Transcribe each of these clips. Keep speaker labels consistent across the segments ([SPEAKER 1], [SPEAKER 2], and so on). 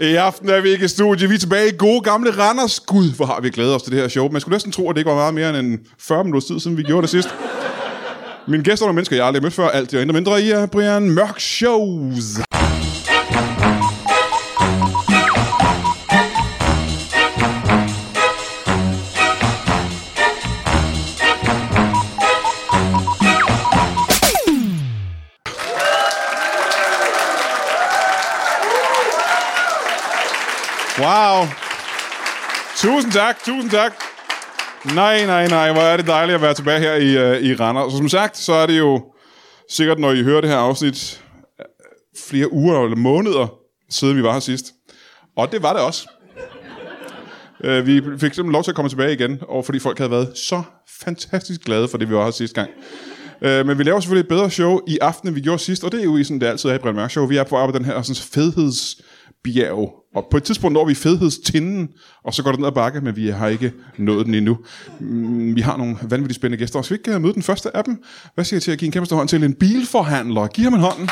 [SPEAKER 1] I aften er vi ikke i studiet. Vi er tilbage i gode gamle Randers. Gud, hvor har vi glædet os til det her show. Man skulle næsten tro, at det ikke var meget mere end en 40 minutter tid, siden vi gjorde det sidst. Mine gæster er nogle mennesker, jeg aldrig har mødt før. Alt det og intet mindre i er Brian Mørk Shows. Wow. Tusind tak, tusind tak. Nej, nej, nej, hvor er det dejligt at være tilbage her i, øh, i Randers. Og som sagt, så er det jo sikkert, når I hører det her afsnit, øh, flere uger eller måneder siden vi var her sidst. Og det var det også. Øh, vi fik simpelthen lov til at komme tilbage igen, og fordi folk havde været så fantastisk glade for det, vi var her sidste gang. Øh, men vi laver selvfølgelig et bedre show i aften, end vi gjorde sidst, og det er jo i sådan, det altid er i Brian Mørk Show. Vi er på arbejde den her sådan, fedhedsbjerg, og på et tidspunkt når vi fedhedstinden, og så går det ned ad bakke, men vi har ikke nået den endnu. Mm, vi har nogle vanvittigt spændende gæster, og skal vi ikke øh, møde den første af dem? Hvad siger jeg til at give en kæmpe stor hånd til en bilforhandler? Giv ham en hånd.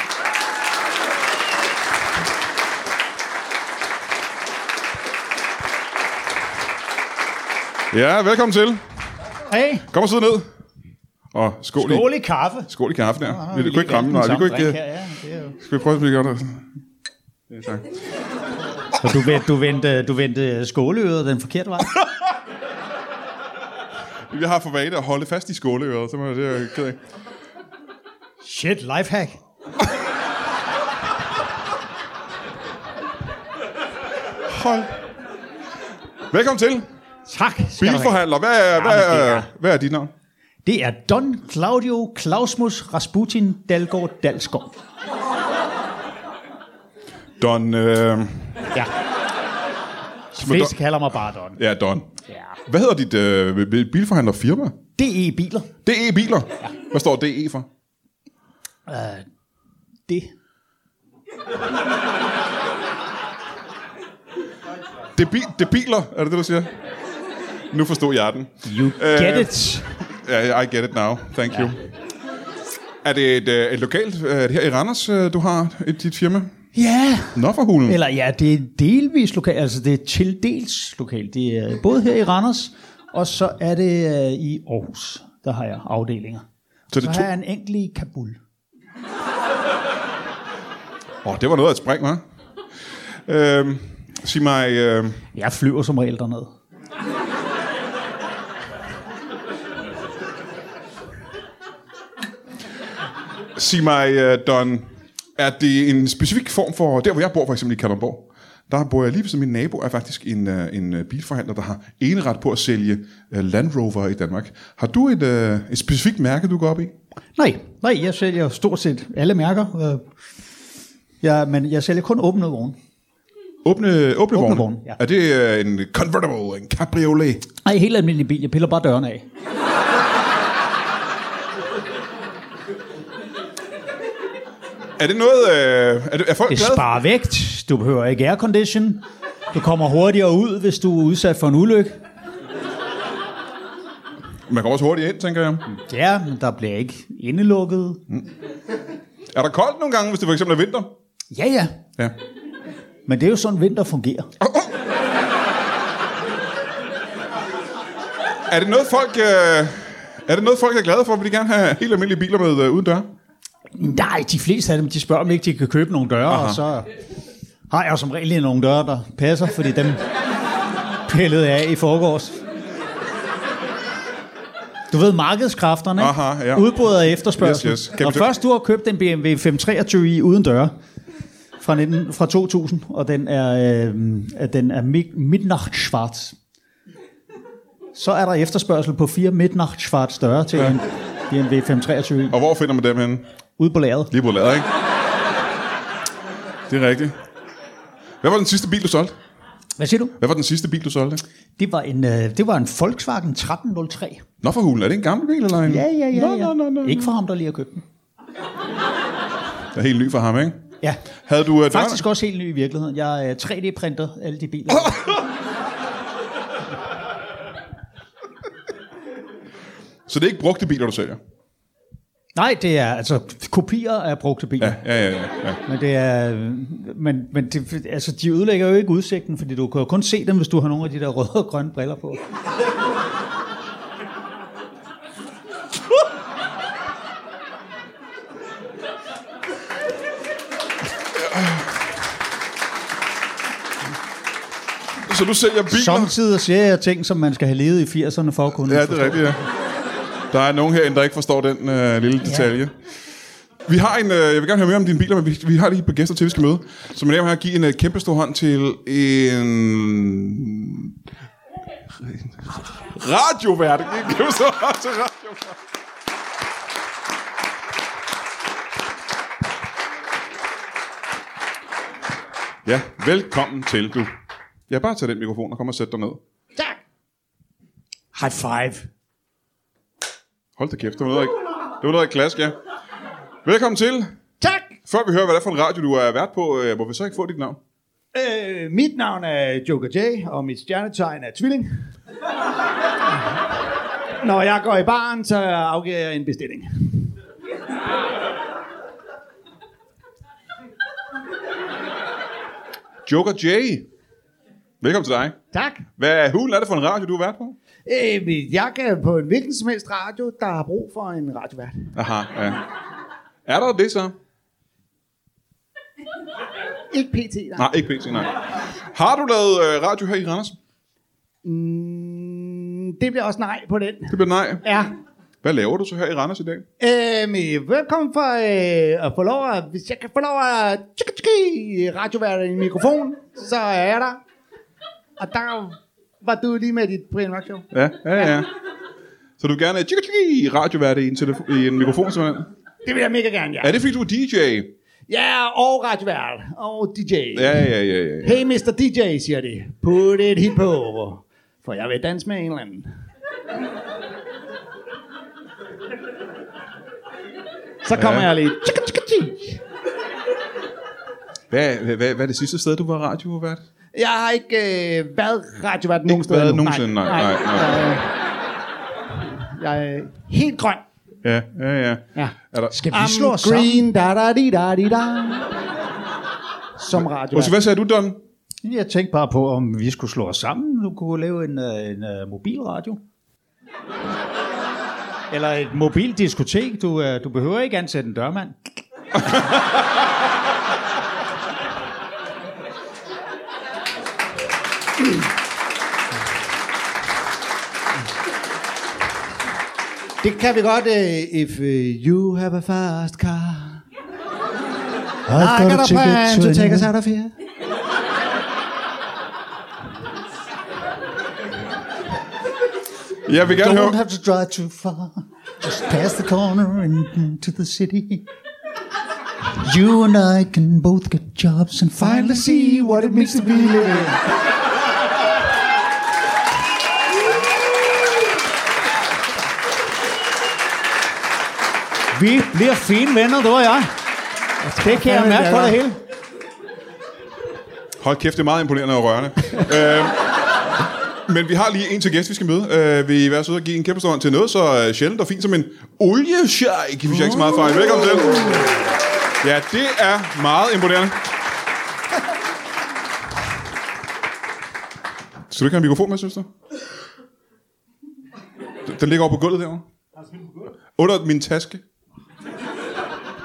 [SPEAKER 1] Ja, velkommen til.
[SPEAKER 2] Hey,
[SPEAKER 1] Kom og sidde ned. Og skål, i-
[SPEAKER 2] dårlig kaffe.
[SPEAKER 1] Skål i kaffen, ja.
[SPEAKER 2] Ah,
[SPEAKER 1] Vi, det kunne ikke ramme,
[SPEAKER 2] den
[SPEAKER 1] nej. Vi
[SPEAKER 2] samme
[SPEAKER 1] kunne ikke...
[SPEAKER 2] drik her, ja, det er jo-
[SPEAKER 1] Skal vi prøve, at vi gør det? Ja, tak.
[SPEAKER 2] Så du vendte, du vendte, du vendte skåleøret den forkerte vej?
[SPEAKER 1] Jeg har for vane at holde fast i skåleøret, så må jeg det er jeg ked af.
[SPEAKER 2] Shit, lifehack.
[SPEAKER 1] Hold. Velkommen til.
[SPEAKER 2] Tak. skal du have.
[SPEAKER 1] Bilforhandler. Hvad er, hvad
[SPEAKER 2] men det
[SPEAKER 1] er,
[SPEAKER 2] er-
[SPEAKER 1] hvad er dit navn?
[SPEAKER 2] Det er Don Claudio Clausmus Rasputin Dalgaard Dalsgaard.
[SPEAKER 1] Don... Øh,
[SPEAKER 2] Ja. De fleste kalder mig bare Don.
[SPEAKER 1] ja, Don.
[SPEAKER 2] Ja.
[SPEAKER 1] Hvad hedder dit øh, bilforhandlerfirma?
[SPEAKER 2] DE E Biler.
[SPEAKER 1] DE Biler. Hvad står DE for?
[SPEAKER 2] Uh, det.
[SPEAKER 1] Det, bi- det biler, er det det, du siger? Nu forstod jeg den.
[SPEAKER 2] You get
[SPEAKER 1] Øh,
[SPEAKER 2] it.
[SPEAKER 1] Ja, I get it now. Thank you. Er det et, øh, et lokalt... Er det her i Randers, øh, du har et, dit firma?
[SPEAKER 2] Ja.
[SPEAKER 1] Nå for hulen.
[SPEAKER 2] Eller ja, det er delvis lokalt. Altså det er til dels lokalt. Det er både her i Randers, og så er det øh, i Aarhus. Der har jeg afdelinger.
[SPEAKER 1] Så det
[SPEAKER 2] Så
[SPEAKER 1] er
[SPEAKER 2] har
[SPEAKER 1] to...
[SPEAKER 2] jeg en enkelt i Kabul.
[SPEAKER 1] Åh, det var noget af et spring, hva'? Øhm, sig mig, øh,
[SPEAKER 2] Jeg flyver som regel derned.
[SPEAKER 1] sig mig øh, Don, er det en specifik form for... Der, hvor jeg bor, for eksempel i Kalundborg, der bor jeg lige ved siden af min nabo, er faktisk en, øh, en øh, bilforhandler, der har eneret på at sælge øh, Land Rover i Danmark. Har du et, øh, et specifikt mærke, du går op i?
[SPEAKER 2] Nej, nej, jeg sælger stort set alle mærker. Øh, Ja, men jeg sælger kun åbne vogne.
[SPEAKER 1] Åbne, åbne, åbne
[SPEAKER 2] vogn, ja.
[SPEAKER 1] Er det øh, en convertible, en cabriolet?
[SPEAKER 2] Nej, helt almindelig bil. Jeg piller bare dørene af.
[SPEAKER 1] Er det noget... Øh, er, det, er folk
[SPEAKER 2] Det
[SPEAKER 1] glade?
[SPEAKER 2] sparer vægt. Du behøver ikke aircondition. Du kommer hurtigere ud, hvis du er udsat for en ulykke.
[SPEAKER 1] Man går også hurtigt ind, tænker jeg.
[SPEAKER 2] Ja, men der bliver ikke indelukket.
[SPEAKER 1] Er der koldt nogle gange, hvis det for eksempel er vinter?
[SPEAKER 2] Ja, ja.
[SPEAKER 1] Ja.
[SPEAKER 2] Men det er jo sådan, vinter fungerer.
[SPEAKER 1] Er det noget, folk... Øh, er det noget, folk er glade for? Vil de gerne have helt almindelige biler med øh, uden dør?
[SPEAKER 2] Nej, de fleste af dem, de spørger, om ikke de kan købe nogle døre, Aha. og så har jeg jo som regel lige nogle døre, der passer, fordi dem pillede jeg af i forgårs. Du ved, markedskræfterne, ikke?
[SPEAKER 1] Aha, ja.
[SPEAKER 2] udbud og efterspørgsel.
[SPEAKER 1] Yes, yes. Kan
[SPEAKER 2] Når
[SPEAKER 1] vi-
[SPEAKER 2] først du har købt en BMW 523i uden døre, fra, 19, fra 2000, og den er, øh, at den er mi- midnachtschwarz. Så er der efterspørgsel på fire midnachtschwarz døre til ja. en BMW 523
[SPEAKER 1] Og hvor finder man dem henne?
[SPEAKER 2] ude på lageret.
[SPEAKER 1] Lige på lader, ikke? Det er rigtigt. Hvad var den sidste bil, du solgte?
[SPEAKER 2] Hvad siger du?
[SPEAKER 1] Hvad var den sidste bil, du solgte?
[SPEAKER 2] Det var en, øh, det var en Volkswagen 1303.
[SPEAKER 1] Nå for hulen, er det en gammel bil eller en?
[SPEAKER 2] Ja, ja, ja.
[SPEAKER 1] Nå,
[SPEAKER 2] ja.
[SPEAKER 1] nå, nå, nå.
[SPEAKER 2] Ikke for ham, der lige har købt den.
[SPEAKER 1] Det er helt ny for ham, ikke?
[SPEAKER 2] Ja.
[SPEAKER 1] Havde du øh,
[SPEAKER 2] Faktisk også helt ny i virkeligheden. Jeg øh, 3D-printer alle de biler.
[SPEAKER 1] dørene? Så det er ikke brugte biler, du sælger?
[SPEAKER 2] Nej, det er altså kopier af brugte biler.
[SPEAKER 1] Ja, ja, ja. ja, ja.
[SPEAKER 2] Men, det er, øh, men, men det, altså, de ødelægger jo ikke udsigten, fordi du kan jo kun se dem, hvis du har nogle af de der røde og grønne briller på.
[SPEAKER 1] Så du sælger biler?
[SPEAKER 2] Samtidig siger jeg ting, som man skal have levet i 80'erne for at kunne
[SPEAKER 1] Ja, det
[SPEAKER 2] forstå.
[SPEAKER 1] er rigtigt, ja. Der er nogen herinde, der ikke forstår den øh, lille detalje. Vi har en, øh, jeg vil gerne høre mere om dine biler, men vi, vi har lige et par gæster til, vi skal møde. Så med det her give en øh, kæmpe stor hånd til en... Radiovært. En kæmpe stor hånd til radiovært. Ja, velkommen til, du. Ja, bare tag den mikrofon og kom og sæt dig ned.
[SPEAKER 2] Tak. High five.
[SPEAKER 1] Hold da kæft, det var noget, af- det var noget af et klask, ja. Velkommen til.
[SPEAKER 2] Tak.
[SPEAKER 1] Før vi hører, hvad det er for en radio, du er vært på, øh, må vi så ikke få dit navn?
[SPEAKER 2] Øh, mit navn er Joker J, og mit stjernetegn er tvilling. Når jeg går i baren, så afgiver jeg en bestilling.
[SPEAKER 1] Joker J. Velkommen til dig.
[SPEAKER 3] Tak.
[SPEAKER 1] Hvad hulen er det for en radio, du er vært på?
[SPEAKER 3] Øh, jeg kan på en hvilken som helst radio, der har brug for en radiovært.
[SPEAKER 1] Aha, ja. Er der det så?
[SPEAKER 3] Ikke pt. Nej.
[SPEAKER 1] Nej, ikke pt. Nej. Har du lavet øh, radio her i Randers?
[SPEAKER 3] Mm, det bliver også nej på den.
[SPEAKER 1] Det bliver nej.
[SPEAKER 3] Ja.
[SPEAKER 1] Hvad laver du så her i Randers i dag?
[SPEAKER 3] Øhm, øh, velkommen for øh, at få lov at, hvis jeg kan få lov at tjukke, tjukke, radiovært i en mikrofon, så er jeg der. Og der var du lige med dit Brian Mørk Show.
[SPEAKER 1] Ja, ja, ja. Så du vil gerne tjekka tjekka radiovært i en, telefo- i en mikrofon simpelthen?
[SPEAKER 3] Det vil jeg mega gerne, ja.
[SPEAKER 1] Er det fordi, du er DJ?
[SPEAKER 3] Ja, og radiovært, og DJ.
[SPEAKER 1] Ja, ja, ja, ja.
[SPEAKER 3] Hey Mr. DJ, siger de. Put et hit på, for jeg vil danse med en eller anden. Så kommer
[SPEAKER 1] Ja.
[SPEAKER 3] ja. jeg lige. Tjekka, tjekka, tjek.
[SPEAKER 1] Hvad, hvad, hvad, hvad er det sidste sted, du var radiovært?
[SPEAKER 3] Jeg har ikke øh, været radiovært nogen steder.
[SPEAKER 1] været
[SPEAKER 3] endnu.
[SPEAKER 1] nogensinde, nej, nej, nej.
[SPEAKER 3] Jeg, øh, jeg er helt grøn.
[SPEAKER 1] Ja, ja, ja.
[SPEAKER 3] Ja.
[SPEAKER 1] Er der...
[SPEAKER 2] Skal vi
[SPEAKER 3] I'm
[SPEAKER 2] slå os sammen?
[SPEAKER 3] green, da da di da di da. Som radiovært.
[SPEAKER 1] Undskyld, hvad sagde du, Don?
[SPEAKER 2] Jeg tænkte bare på, om vi skulle slå os sammen. Du kunne lave en, øh, en øh, mobilradio. Eller et mobildiskotek. Du, øh, du behøver ikke ansætte en dørmand.
[SPEAKER 3] Det kan vi godt. Uh, if uh, you have a fast car, I got a plan to take us out of here.
[SPEAKER 1] Jeg vil gerne høre...
[SPEAKER 2] Don't have to drive too far. Just pass the corner and into the city. You and I can both get jobs and finally see what it means to be living. Vi bliver fine venner, du og jeg. Det kan jeg mærke på det hele.
[SPEAKER 1] Hold kæft, det er meget imponerende og rørende. øh, men vi har lige en til gæst, vi skal møde. Øh, vil I være søde og give en kæmpe stor hånd til noget så øh, sjældent og fint som en oliesjejk, hvis jeg ikke så meget fejl. Velkommen til. Ja, det er meget imponerende. Skal du ikke have en mikrofon med, søster? Den ligger over på gulvet derovre. Under min taske.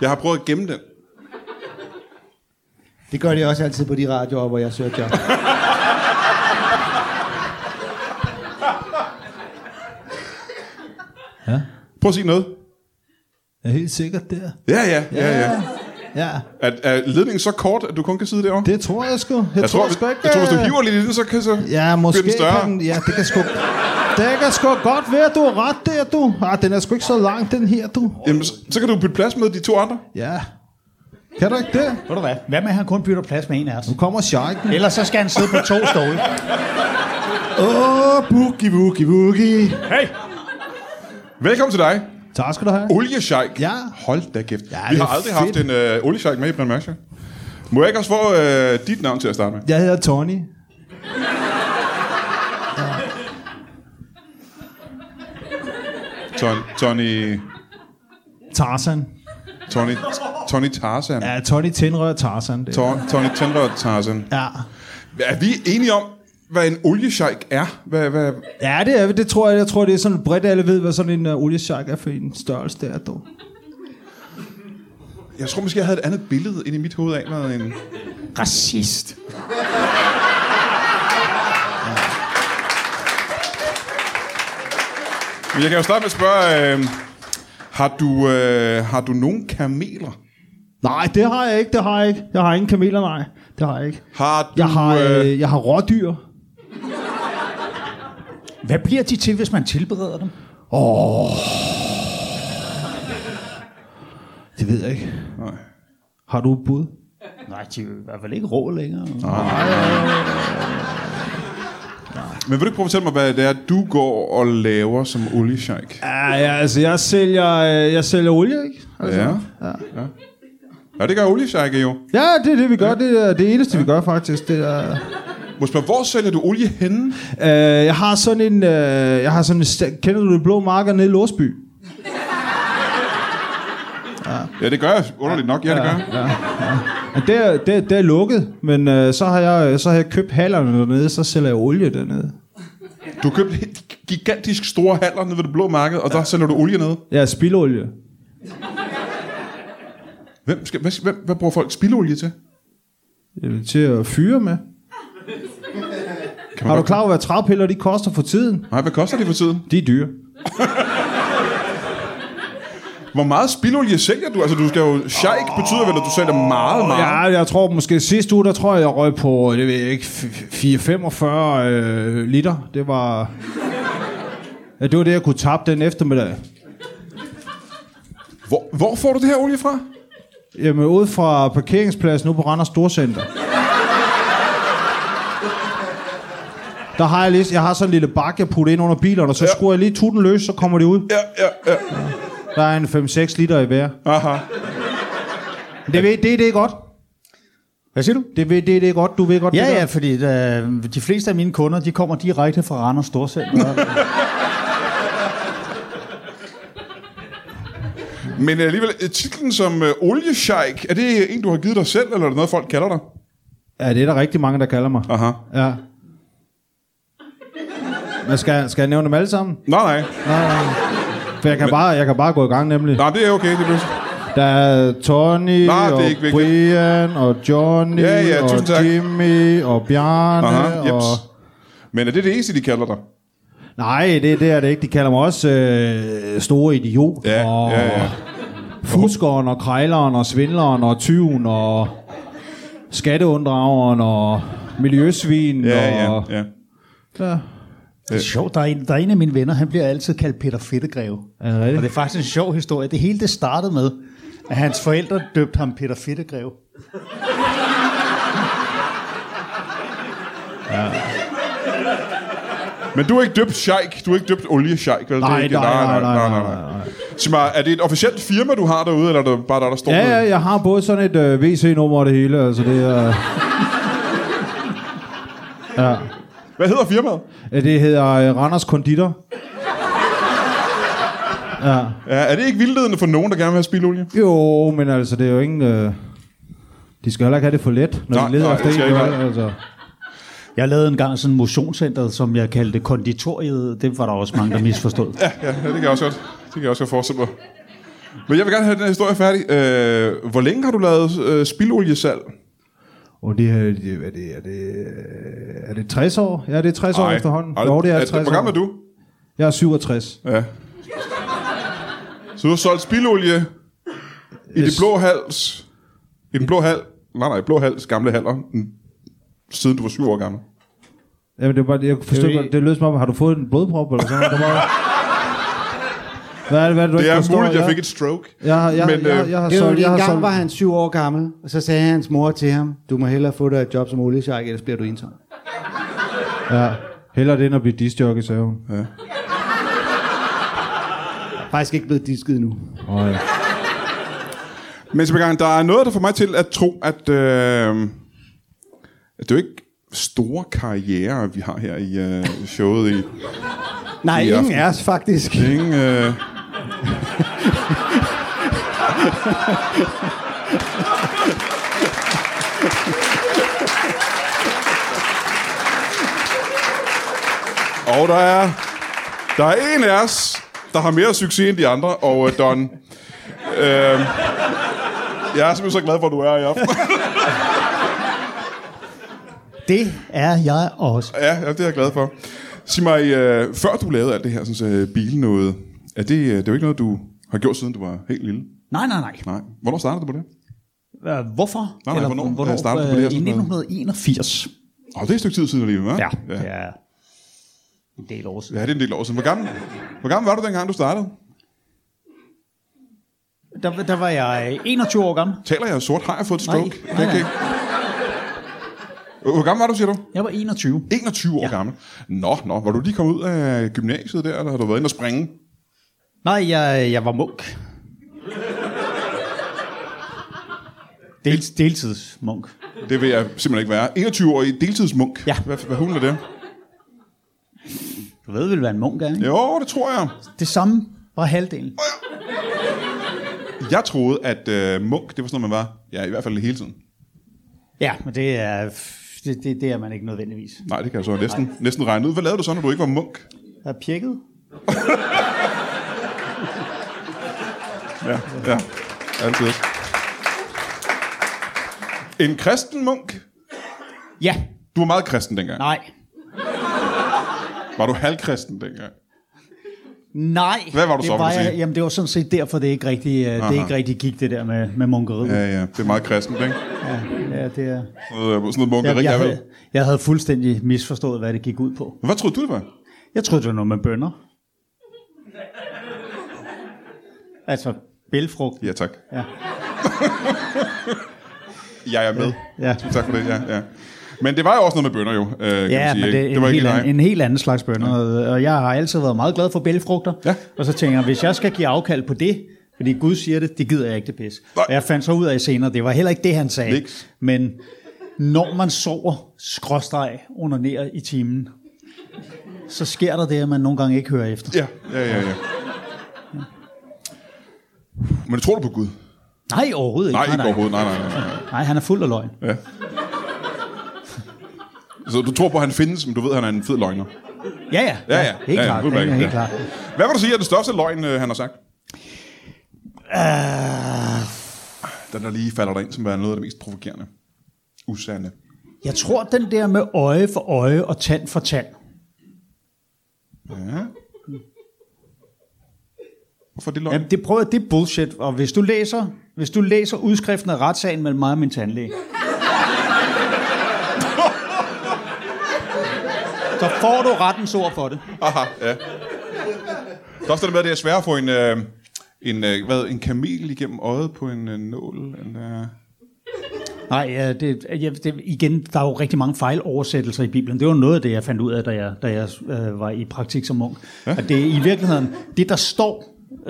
[SPEAKER 1] Jeg har prøvet at gemme den.
[SPEAKER 3] Det gør de også altid på de radioer, hvor jeg søger job.
[SPEAKER 1] Prøv at sige noget.
[SPEAKER 4] Ja, helt sikkert der.
[SPEAKER 1] Ja, ja, ja, ja.
[SPEAKER 4] Ja,
[SPEAKER 1] Er, er ledningen så kort, at du kun kan sidde derovre?
[SPEAKER 4] det tror jeg sgu. Jeg,
[SPEAKER 1] jeg tror, hvis,
[SPEAKER 4] sgu ikke...
[SPEAKER 1] jeg tror, hvis du
[SPEAKER 4] øh,
[SPEAKER 1] hiver lidt i den, så kan så...
[SPEAKER 4] Ja, måske
[SPEAKER 1] den større.
[SPEAKER 4] kan den... Ja, det kan sgu... Det kan sgu godt være, du har ret der, du. Ah, den er sgu ikke så lang, den her, du.
[SPEAKER 1] Jamen, så, så kan du bytte plads med de to andre.
[SPEAKER 4] Ja. Kan du ikke det?
[SPEAKER 2] Ved du hvad? Hvad med, at han kun bytter plads med en af os?
[SPEAKER 4] Nu kommer sharken.
[SPEAKER 2] Ellers så skal han sidde på to stole.
[SPEAKER 4] Åh, oh, boogie, boogie, boogie.
[SPEAKER 2] Hey!
[SPEAKER 1] Velkommen til dig,
[SPEAKER 4] Tak skal du have.
[SPEAKER 1] Oliesheik.
[SPEAKER 4] Ja.
[SPEAKER 1] Hold da kæft. Ja, Vi
[SPEAKER 4] det
[SPEAKER 1] har
[SPEAKER 4] er
[SPEAKER 1] aldrig
[SPEAKER 4] fedt.
[SPEAKER 1] haft en øh, Oliesheik med i Brian Mørk Show. Må jeg ikke også få øh, dit navn til at starte med?
[SPEAKER 4] Jeg hedder Tony.
[SPEAKER 1] Ton, Tony...
[SPEAKER 2] Tarzan.
[SPEAKER 1] Tony, Tony Tarzan. Ja.
[SPEAKER 2] Ja, Tony Tenrør Tarzan. Det.
[SPEAKER 1] Tor, Tony Tendrød Tarzan.
[SPEAKER 2] Ja.
[SPEAKER 1] Er vi enige om, hvad en oliesjejk er? Hvad, hvad,
[SPEAKER 2] ja, det er vi. Det tror jeg. Jeg tror, det er sådan bredt, alle ved, hvad sådan en uh, olieshark er for en størrelse der. Dog.
[SPEAKER 1] jeg tror måske, jeg havde et andet billede inde i mit hoved af, hvad en...
[SPEAKER 2] Racist.
[SPEAKER 1] Men jeg kan jo starte med at spørge, øh, har, du, øh, har du nogen kameler?
[SPEAKER 2] Nej, det har jeg ikke. Det har jeg ikke. Jeg har ingen kameler, nej. Det har jeg ikke.
[SPEAKER 1] Har du,
[SPEAKER 2] Jeg har,
[SPEAKER 1] øh,
[SPEAKER 2] øh, jeg har rådyr.
[SPEAKER 5] Hvad bliver de til, hvis man tilbereder dem?
[SPEAKER 2] Det ved jeg ikke.
[SPEAKER 1] nej.
[SPEAKER 2] Har du et bud?
[SPEAKER 5] Nej, de er jo i hvert fald ikke rå længere.
[SPEAKER 1] Men vil du ikke prøve at fortælle mig, hvad det er, du går og laver som oliesjejk?
[SPEAKER 2] Ja, ja altså, jeg sælger, øh, jeg sælger olie, ikke? Altså,
[SPEAKER 1] Ja. ja. Ja, det gør oliesjejke jo.
[SPEAKER 2] ja, det er det, vi gør. Det er det eneste, vi gør, faktisk. Det er,
[SPEAKER 1] Må jeg spørge, hvor sælger du olie henne?
[SPEAKER 2] Øh, jeg har sådan en... Øh, jeg har sådan en sta- kender du det blå marker nede i Låsby?
[SPEAKER 1] Ja, det gør jeg underligt nok. Ja, det gør jeg.
[SPEAKER 2] Ja, det, er, det, er- det er lukket, men øh, så, har jeg, så har jeg købt hallerne dernede, så sælger jeg olie dernede.
[SPEAKER 1] Du købte helt gigantisk store handler nede ved det blå marked, og der sælger du olie ned.
[SPEAKER 2] Ja, spildolie.
[SPEAKER 1] Hvem skal, hvad, hvem, hvad bruger folk spildolie til?
[SPEAKER 2] Jamen, til at fyre med.
[SPEAKER 1] Kan
[SPEAKER 2] Har du
[SPEAKER 1] godt-
[SPEAKER 2] klar over, hvad træpiller de koster for tiden?
[SPEAKER 1] Nej, hvad koster det for tiden?
[SPEAKER 2] De er dyre.
[SPEAKER 1] Hvor meget spildolie sælger du? Altså, du skal jo... Sheik betyder vel, at du sælger meget, meget.
[SPEAKER 2] Ja, jeg tror måske sidste uge, der tror jeg, jeg røg på, det ved jeg ikke, f- 4-45 øh, liter. Det var... Ja, det var det, jeg kunne tabe den eftermiddag.
[SPEAKER 1] Hvor, hvor får du det her olie fra?
[SPEAKER 2] Jamen, ud fra parkeringspladsen ude på Randers Storcenter. Der har jeg lige, jeg har sådan en lille bakke, jeg putter ind under bilerne, og så ja. skruer jeg lige tutten løs, så kommer det ud.
[SPEAKER 1] Ja, ja, ja.
[SPEAKER 2] Der er en 5-6 liter i hver.
[SPEAKER 1] Aha.
[SPEAKER 2] Det ved det, det er godt.
[SPEAKER 5] Hvad siger du?
[SPEAKER 2] Det ved det, det er godt. Du ved godt, det
[SPEAKER 5] Ja,
[SPEAKER 2] der.
[SPEAKER 5] ja, fordi øh, de fleste af mine kunder, de kommer direkte fra Randers Storcenter.
[SPEAKER 1] Men alligevel, øh, titlen som øh, oliesjejk, er det en, du har givet dig selv, eller er det noget, folk kalder dig?
[SPEAKER 2] Ja, det er der rigtig mange, der kalder mig.
[SPEAKER 1] Aha.
[SPEAKER 2] Ja. Men skal, skal jeg nævne dem alle sammen?
[SPEAKER 1] Nej, nej.
[SPEAKER 2] For jeg kan, bare, jeg kan bare gå i gang nemlig.
[SPEAKER 1] Nej, det er okay. Det er pludselig.
[SPEAKER 2] Der er Tony,
[SPEAKER 1] Nej, det er
[SPEAKER 2] og
[SPEAKER 1] ikke vigtigt.
[SPEAKER 2] Brian, og Johnny,
[SPEAKER 1] Ja, ja, tusind tak.
[SPEAKER 2] og Jimmy, og Bjarne,
[SPEAKER 1] Aha, jeps.
[SPEAKER 2] og...
[SPEAKER 1] Men er det det eneste, de kalder dig?
[SPEAKER 2] Nej, det, det er det ikke. De kalder mig også øh, store idiot.
[SPEAKER 1] Ja,
[SPEAKER 2] og
[SPEAKER 1] ja, ja.
[SPEAKER 2] Fuskeren og krejleren og svindleren og tyven og skatteunddrageren og miljøsvin.
[SPEAKER 1] Ja,
[SPEAKER 2] og,
[SPEAKER 1] ja, ja.
[SPEAKER 2] ja.
[SPEAKER 5] Det er sjovt, der er, en, der er en af mine venner, han bliver altid kaldt Peter Fittegreve.
[SPEAKER 2] Er det rigtigt?
[SPEAKER 5] Og det er faktisk en sjov historie. Det hele det startede med, at hans forældre døbte ham Peter Fittegreve.
[SPEAKER 1] Men du er ikke døbt sheik, du er ikke døbt oliesheik, vel? Det er
[SPEAKER 2] Nej,
[SPEAKER 1] ikke det?
[SPEAKER 2] nej, nej, nej, nej, nej.
[SPEAKER 1] Sig mig, er det et officielt firma, du har derude, eller er det bare der, der står
[SPEAKER 2] Ja,
[SPEAKER 1] noget?
[SPEAKER 2] ja, jeg har både sådan et øh, VC-nummer og det hele. Altså det er,
[SPEAKER 1] Hvad hedder firmaet?
[SPEAKER 2] øh, det hedder øh, Randers Konditor.
[SPEAKER 1] Ja, er det ikke vildledende for nogen, der gerne vil have spildolie?
[SPEAKER 2] Jo, men altså, det er jo ingen... Øh, de skal heller ikke have det for let, når
[SPEAKER 1] Nej,
[SPEAKER 2] de leder
[SPEAKER 1] nej,
[SPEAKER 2] efter
[SPEAKER 1] det
[SPEAKER 2] en.
[SPEAKER 1] skal jeg ikke.
[SPEAKER 2] vel? Altså.
[SPEAKER 5] Jeg lavede engang sådan en motionscenter, som jeg kaldte konditoriet. Det var der også mange, der misforstod.
[SPEAKER 1] Ja, ja, det kan jeg også godt. Det kan jeg også godt forestille mig. Men jeg vil gerne have den her historie færdig. Øh, hvor længe har du lavet øh, spildoliesalg?
[SPEAKER 2] Og det, er- det, hvad er det, er det, øh, er det 60 år? Ja, det er 60 år
[SPEAKER 1] Ej,
[SPEAKER 2] efterhånden.
[SPEAKER 1] ej,
[SPEAKER 2] Jo, det er
[SPEAKER 1] altså,
[SPEAKER 2] 60
[SPEAKER 1] Hvor gammel er
[SPEAKER 2] år.
[SPEAKER 1] du?
[SPEAKER 2] Jeg er 67.
[SPEAKER 1] Ja. Så du har solgt spildolie i det
[SPEAKER 2] Yes.
[SPEAKER 1] blå hals. I den blå hal. Nej, nej, blå hals, gamle haller. mm, Siden du var syv år gammel.
[SPEAKER 2] Jamen, det var bare, jeg forstår
[SPEAKER 5] Det er jo
[SPEAKER 2] ikke, det lød som om, har du fået en blodprop eller sådan noget? Det var- Hvad er det, hvad er det, du
[SPEAKER 1] Det
[SPEAKER 2] ikke
[SPEAKER 1] er
[SPEAKER 2] forstår?
[SPEAKER 1] muligt, jeg fik et stroke.
[SPEAKER 2] Jeg, jeg, jeg,
[SPEAKER 1] Men,
[SPEAKER 2] jeg, jeg,
[SPEAKER 1] øh,
[SPEAKER 2] jeg har
[SPEAKER 3] Det var
[SPEAKER 2] solgt...
[SPEAKER 3] fordi,
[SPEAKER 2] Jeg
[SPEAKER 3] en
[SPEAKER 2] har
[SPEAKER 3] gang var
[SPEAKER 2] solgt
[SPEAKER 3] han syv år gammel, og så sagde hans mor til ham, du må hellere få dig et job som oliesjak, ellers bliver du ensom.
[SPEAKER 2] Heller det, end at blive disjockey, sagde hun.
[SPEAKER 3] Jeg er Faktisk ikke blevet disket nu.
[SPEAKER 2] Oh, ja.
[SPEAKER 1] Men Sebastian, der er noget, der får mig til at tro, at, øh, at det er jo ikke store karriere, vi har her i øh, showet. I,
[SPEAKER 3] Nej,
[SPEAKER 1] I
[SPEAKER 3] ingen
[SPEAKER 1] aften. øh-
[SPEAKER 3] af os faktisk.
[SPEAKER 1] ingen, øh, Og der er, der er en af os, der har mere succes end de andre, og øh, Don, øh, jeg er simpelthen så glad for, at du er i aften.
[SPEAKER 5] Det er jeg også.
[SPEAKER 1] ja, ja, det er jeg glad for. Sig mig, øh, før du lavede alt det her sådan, så, øh, bilnåde, er det, øh, det er jo ikke noget, du har gjort, siden du var helt lille?
[SPEAKER 5] Nej, nej, nej.
[SPEAKER 1] Nej. Hvornår startede du på det?
[SPEAKER 5] Øh, Hvorfor?
[SPEAKER 1] nej, hvornår? Jeg startede på det her
[SPEAKER 5] øh, I
[SPEAKER 1] sådan noget.
[SPEAKER 5] 1981.
[SPEAKER 1] Åh, oh, det er et stykke tid siden alligevel, hva'?
[SPEAKER 5] Ja,
[SPEAKER 1] ja.
[SPEAKER 5] det er en del år siden.
[SPEAKER 1] Ja, det er en del år siden. Hvor gammel, hvor gammel var du dengang, du startede?
[SPEAKER 5] Der, der var jeg 21 år gammel.
[SPEAKER 1] Taler jeg sort? Har jeg fået et
[SPEAKER 5] Nej,
[SPEAKER 1] stroke?
[SPEAKER 5] nej,
[SPEAKER 1] Okay. Hvor gammel var du, siger du?
[SPEAKER 5] Jeg var 21.
[SPEAKER 1] 21 år ja. gammel. Nå, nå. Var du lige kommet ud af gymnasiet der, eller har du været inde og springe?
[SPEAKER 5] Nej, jeg, jeg var munk. Del, deltidsmunk.
[SPEAKER 1] Det vil jeg simpelthen ikke være. 21 år i deltidsmunk.
[SPEAKER 5] Ja.
[SPEAKER 1] Hvad, hvad hulen er det?
[SPEAKER 5] Du ved vel, hvad en munk er, ikke?
[SPEAKER 1] Jo, det tror jeg.
[SPEAKER 5] Det samme var halvdelen.
[SPEAKER 1] Jeg troede, at øh, munk, det var sådan noget, man var. Ja, i hvert fald hele tiden.
[SPEAKER 5] Ja, men det er, det, det, det er man ikke nødvendigvis.
[SPEAKER 1] Nej, det kan jeg så næsten, næsten regne ud. Hvad lavede du så, når du ikke var munk?
[SPEAKER 5] Jeg er pjekket.
[SPEAKER 1] Ja, ja. Altid. En kristen munk?
[SPEAKER 5] Ja,
[SPEAKER 1] Du var meget kristen dengang.
[SPEAKER 5] nej,
[SPEAKER 1] Var du halvkristen dengang?
[SPEAKER 5] nej.
[SPEAKER 1] Hvad var du
[SPEAKER 5] det
[SPEAKER 1] så, vil
[SPEAKER 5] Var
[SPEAKER 1] du
[SPEAKER 5] jeg,
[SPEAKER 1] sige?
[SPEAKER 5] jamen, det var sådan set derfor, det ikke rigtig, øh, det
[SPEAKER 1] Aha.
[SPEAKER 5] ikke rigtig gik, det der med, med munkeriet.
[SPEAKER 1] Ja, ja. Det er meget kristent, ikke?
[SPEAKER 5] Ja, ja, det er...
[SPEAKER 1] Sådan noget- sådan noget
[SPEAKER 5] Jeg,
[SPEAKER 1] munkeri,
[SPEAKER 5] jeg,
[SPEAKER 1] jeg, ved.
[SPEAKER 5] havde, jeg havde fuldstændig misforstået, hvad det gik ud på.
[SPEAKER 1] Hvad troede du, det var?
[SPEAKER 5] Jeg troede, det var noget med bønder. Altså, bælfrugt.
[SPEAKER 1] Ja, tak.
[SPEAKER 5] Ja.
[SPEAKER 1] Jeg er med.
[SPEAKER 5] Ja,
[SPEAKER 1] Tak for det, ja. ja. Men det var jo også noget med bønder, jo. Øh, kan
[SPEAKER 5] ja
[SPEAKER 1] man sige,
[SPEAKER 5] men
[SPEAKER 1] ikke?
[SPEAKER 5] det er en, helt
[SPEAKER 1] lige
[SPEAKER 5] anden,
[SPEAKER 1] dig.
[SPEAKER 5] en helt anden slags bønder. Ja. Og jeg har altid været meget glad for bælfrugter.
[SPEAKER 1] Ja.
[SPEAKER 5] Og så tænker jeg, hvis jeg skal give afkald på det, fordi Gud siger det, det gider jeg ikke det pis.
[SPEAKER 1] Nej.
[SPEAKER 5] Og jeg fandt så ud af senere, det var heller ikke det, han sagde.
[SPEAKER 1] Niks.
[SPEAKER 5] Men når man sover, skråstreg, onanerer i timen, så sker der det, at man nogle gange ikke hører efter.
[SPEAKER 1] Ja, ja, ja, ja. Men tror du på Gud?
[SPEAKER 5] Nej, overhovedet ikke.
[SPEAKER 1] Nej, ikke overhovedet. Nej, nej, nej. nej.
[SPEAKER 5] Nej, han er fuld af løgn.
[SPEAKER 1] Ja. Så du tror på, at han findes, men du ved, at han er en fed løgner.
[SPEAKER 5] Ja, ja.
[SPEAKER 1] Ja, ja.
[SPEAKER 5] Helt
[SPEAKER 1] ja, ja,
[SPEAKER 5] klart.
[SPEAKER 1] fuldt
[SPEAKER 5] den er
[SPEAKER 1] bag,
[SPEAKER 5] helt
[SPEAKER 1] ja.
[SPEAKER 5] klart.
[SPEAKER 1] Hvad vil du sige er den største løgn, øh, han har sagt?
[SPEAKER 5] Uh,
[SPEAKER 1] Den der lige falder dig ind som værende noget af det mest provokerende. Usande.
[SPEAKER 5] jeg tror, den der med øje for øje og tand for tand.
[SPEAKER 1] Ja. Hvorfor er det løgn?
[SPEAKER 5] Jamen, det, prøver, det er bullshit. Og hvis du læser, hvis du læser udskriften af retssagen mellem mig og min tandlæge, så får du rettens ord for det.
[SPEAKER 1] Aha, ja. Der er også det med, at det er svært at få en, øh, en, øh, hvad, en kamel igennem øjet på en øh, nål. End, øh.
[SPEAKER 5] Nej, ja, det, ja, det, igen, der er jo rigtig mange fejloversættelser i Bibelen. Det var noget af det, jeg fandt ud af, da jeg, da jeg øh, var i praktik som ung. Ja. At det i virkeligheden, det der står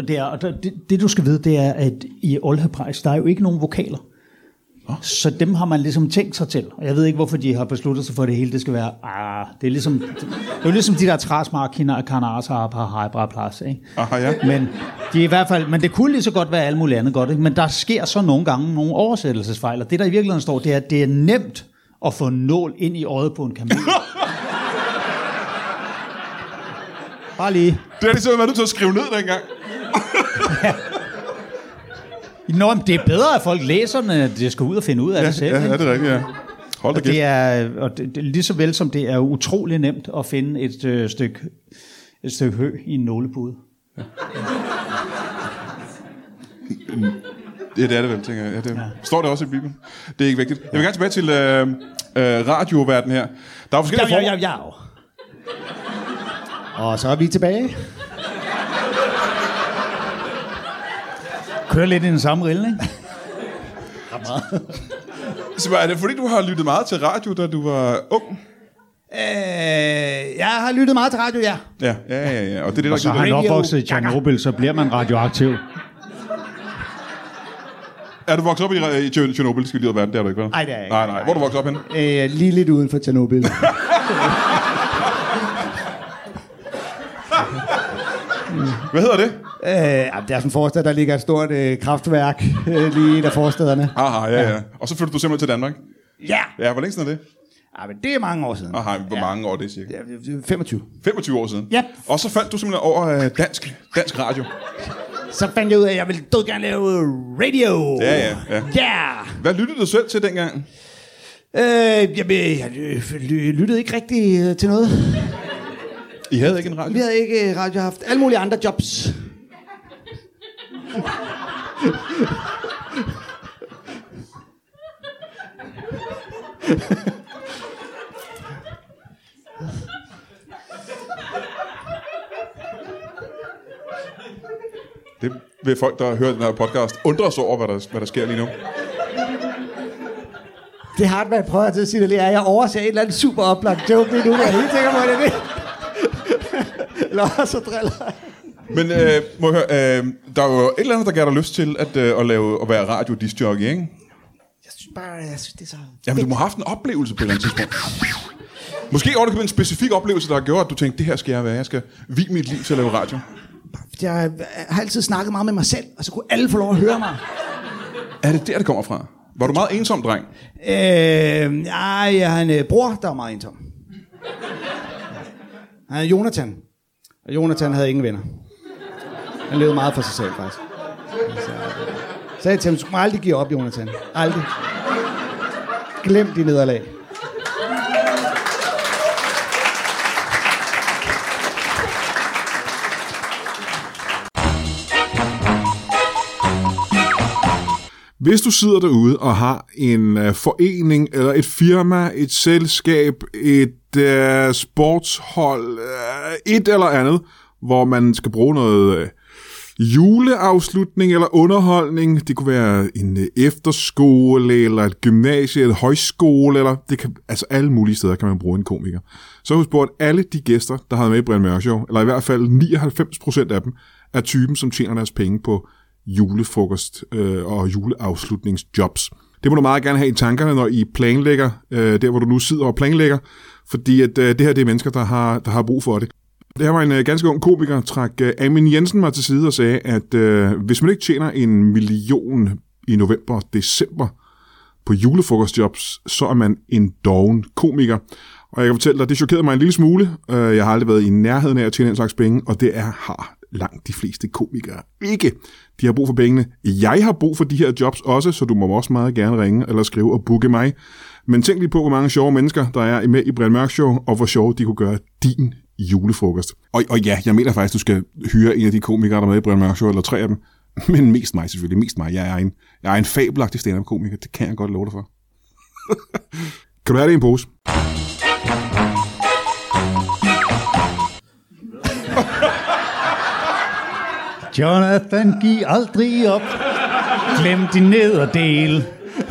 [SPEAKER 5] der, og der, det, det du skal vide, det er, at i oldhebraisk, der er jo ikke nogen vokaler. Så dem har man ligesom tænkt sig til. Og jeg ved ikke, hvorfor de har besluttet sig for, at det hele det skal være... Ah, det er ligesom, det, er jo ligesom de der træsmark, kinder, kanarsa, par, hejbra, plads, ikke?
[SPEAKER 1] Aha, ja.
[SPEAKER 5] Men, de er i hvert fald, men det kunne lige så godt være alt muligt andet godt. Ikke? Men der sker så nogle gange nogle oversættelsesfejl, og det der i virkeligheden står, det er, at det er nemt at få en nål ind i øjet på en kamel. Bare lige.
[SPEAKER 1] Det har de simpelthen været nødt til at skrive ned dengang.
[SPEAKER 5] Nå, men det er bedre, at folk læser, den, end at de skal ud og finde ud af det selv.
[SPEAKER 1] ja,
[SPEAKER 5] ikke?
[SPEAKER 1] ja, det er rigtigt, ja. Hold da
[SPEAKER 5] Og det
[SPEAKER 1] kæft.
[SPEAKER 5] er øh, og det, det, lige så vel som det er utrolig nemt at finde et øh, stykke et stykke hø i en nålepude.
[SPEAKER 1] Ja, det er det vel, tænker jeg. Ja, det er. Står det også i Bibelen? Det er ikke vigtigt. Jeg vil gerne tilbage til øh, øh, radioverden her. Der er forskellige
[SPEAKER 5] Ja, ja,
[SPEAKER 1] former.
[SPEAKER 5] ja, ja.
[SPEAKER 2] Og så er vi tilbage.
[SPEAKER 5] Kører lidt i den samme rille, ikke?
[SPEAKER 1] Så er det fordi, du har lyttet meget til radio, da du var ung?
[SPEAKER 2] Øh, jeg har lyttet meget til radio, ja.
[SPEAKER 1] Ja, ja, ja. ja. Og det er det, der
[SPEAKER 5] Så har han
[SPEAKER 1] giver dig-
[SPEAKER 5] opvokset i Tjernobyl, så bliver man radioaktiv.
[SPEAKER 1] Er du vokset op i, øh, i Tjernobyl, skal vi lige ud af verden? Det er du ikke, vel?
[SPEAKER 5] Nej, det er jeg ikke.
[SPEAKER 1] Nej, nej. Hvor er du vokset op hen?
[SPEAKER 2] Øh, lige lidt uden for Tjernobyl.
[SPEAKER 1] Hvad hedder det?
[SPEAKER 3] Øh, jamen, det er sådan en forstad, der ligger et stort øh, kraftværk øh, lige i en af forstederne.
[SPEAKER 6] Aha, ja, ja. Og så flyttede du simpelthen til Danmark.
[SPEAKER 3] Ja,
[SPEAKER 6] Ja, hvor længe siden er det?
[SPEAKER 3] ja men det er mange år siden.
[SPEAKER 6] Aha, hvor mange år er det cirka?
[SPEAKER 3] Ja, det er 25.
[SPEAKER 6] 25 år siden.
[SPEAKER 3] Ja.
[SPEAKER 6] Og så faldt du simpelthen over øh, dansk, dansk radio.
[SPEAKER 3] Så fandt jeg ud af, at jeg ville død gerne lave øh, radio.
[SPEAKER 6] Ja, ja, ja.
[SPEAKER 3] Ja.
[SPEAKER 6] Hvad lyttede du selv til dengang?
[SPEAKER 3] Øh, jamen, jeg ly- ly- lyttede ikke rigtig øh, til noget.
[SPEAKER 6] I havde ikke en radio?
[SPEAKER 3] Vi havde ikke øh, radio, jeg har haft alle mulige andre jobs.
[SPEAKER 6] Det vil folk, der hører den her podcast, undre sig over, hvad der, hvad der sker lige nu.
[SPEAKER 3] Det Hartmann prøver til at sige det lige, er, at jeg overser et eller andet super oplagt joke lige nu, jeg er helt sikker på, at det er det. Eller også så driller jeg.
[SPEAKER 6] Men øh, må jeg høre, øh, der er jo et eller andet, der gav dig lyst til at, øh, at, lave, at være radio disjockey, ikke?
[SPEAKER 3] Jeg synes bare, jeg synes, det er så...
[SPEAKER 6] Jamen, du må have haft en oplevelse på et eller andet tidspunkt. Måske ovenikøbet en specifik oplevelse, der har gjort, at du tænkte, det her skal jeg være. Jeg skal vige mit liv til at lave radio.
[SPEAKER 3] Jeg har altid snakket meget med mig selv, og så kunne alle få lov at høre mig.
[SPEAKER 6] Er det der, det kommer fra? Var du meget ensom, dreng?
[SPEAKER 3] Øh, nej, jeg har en øh, bror, der er meget ensom. Han er Jonathan. Og Jonathan havde ingen venner. Han levede meget for sig selv, faktisk. Så, øh, sagde jeg til ham, du må aldrig give op, Jonathan. Aldrig. Glem de nederlag.
[SPEAKER 1] Hvis du sidder derude og har en øh, forening, eller et firma, et selskab, et øh, sportshold, øh, et eller andet, hvor man skal bruge noget øh, juleafslutning eller underholdning, det kunne være en øh, efterskole, eller et gymnasie, eller et højskole, eller det kan, altså alle mulige steder kan man bruge en komiker. Så husk på, at alle de gæster, der har været med i Brian Mørk Show, eller i hvert fald 99% af dem, er typen, som tjener deres penge på julefrokost øh, og juleafslutningsjobs. Det må du meget gerne have i tankerne, når I planlægger, øh, der hvor du nu sidder og planlægger, fordi at, øh, det her det er mennesker, der har, der har brug for det. Det her var en øh, ganske ung komiker, trak øh, Amin Jensen mig til side og sagde, at øh, hvis man ikke tjener en million i november og december på julefrokostjobs, så er man en doven komiker. Og jeg kan fortælle dig, det chokerede mig en lille smule. Øh, Jeg har aldrig været i nærheden af at tjene den slags penge, og det er har langt de fleste komikere ikke. De har brug for pengene. Jeg har brug for de her jobs også, så du må også meget gerne ringe eller skrive og booke mig. Men tænk lige på, hvor mange sjove mennesker, der er med i Brian Mørk Show, og hvor sjove de kunne gøre din julefrokost. Og, og ja, jeg mener faktisk, du skal hyre en af de komikere, der er med i Brian Mørk Show, eller tre af dem. Men mest mig selvfølgelig, mest mig. Jeg er en, jeg er en fabelagtig stand-up-komiker, det kan jeg godt love dig for. kan du have det i en pose?
[SPEAKER 5] Jonathan, giv aldrig op. Glem din nederdel.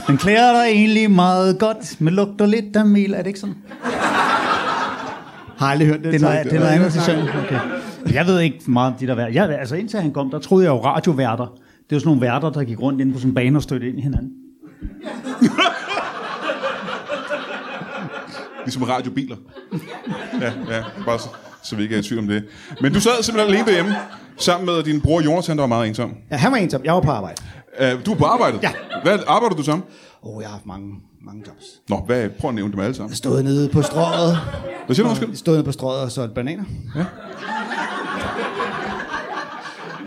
[SPEAKER 5] Den klæder dig egentlig meget godt, men lugter lidt af mel. Er det ikke sådan?
[SPEAKER 3] Har aldrig hørt det.
[SPEAKER 5] Det er
[SPEAKER 3] så-
[SPEAKER 5] noget, det er noget andet, de synger. Okay. Jeg ved ikke meget om de der værter. Jeg, altså indtil han kom, der troede jeg jo radioværter. Det var sådan nogle værter, der gik rundt inde på sådan en bane og stødte ind i hinanden.
[SPEAKER 6] Ligesom radiobiler. Ja, ja, bare så, så vi ikke er i tvivl om det. Men du sad simpelthen alene derhjemme, sammen med din bror Jonathan, der var meget ensom.
[SPEAKER 3] Ja, han var ensom. Jeg var på arbejde.
[SPEAKER 6] Uh, du er på arbejdet?
[SPEAKER 3] Ja.
[SPEAKER 6] Hvad arbejder du sammen?
[SPEAKER 3] Åh, oh, jeg har haft mange, mange jobs.
[SPEAKER 6] Nå, hvad, prøv at nævne dem alle sammen.
[SPEAKER 3] Jeg stod nede på strøget.
[SPEAKER 6] Hvad siger du,
[SPEAKER 3] Jeg
[SPEAKER 6] undskyld?
[SPEAKER 3] stod nede på strøget og solgte bananer. Ja.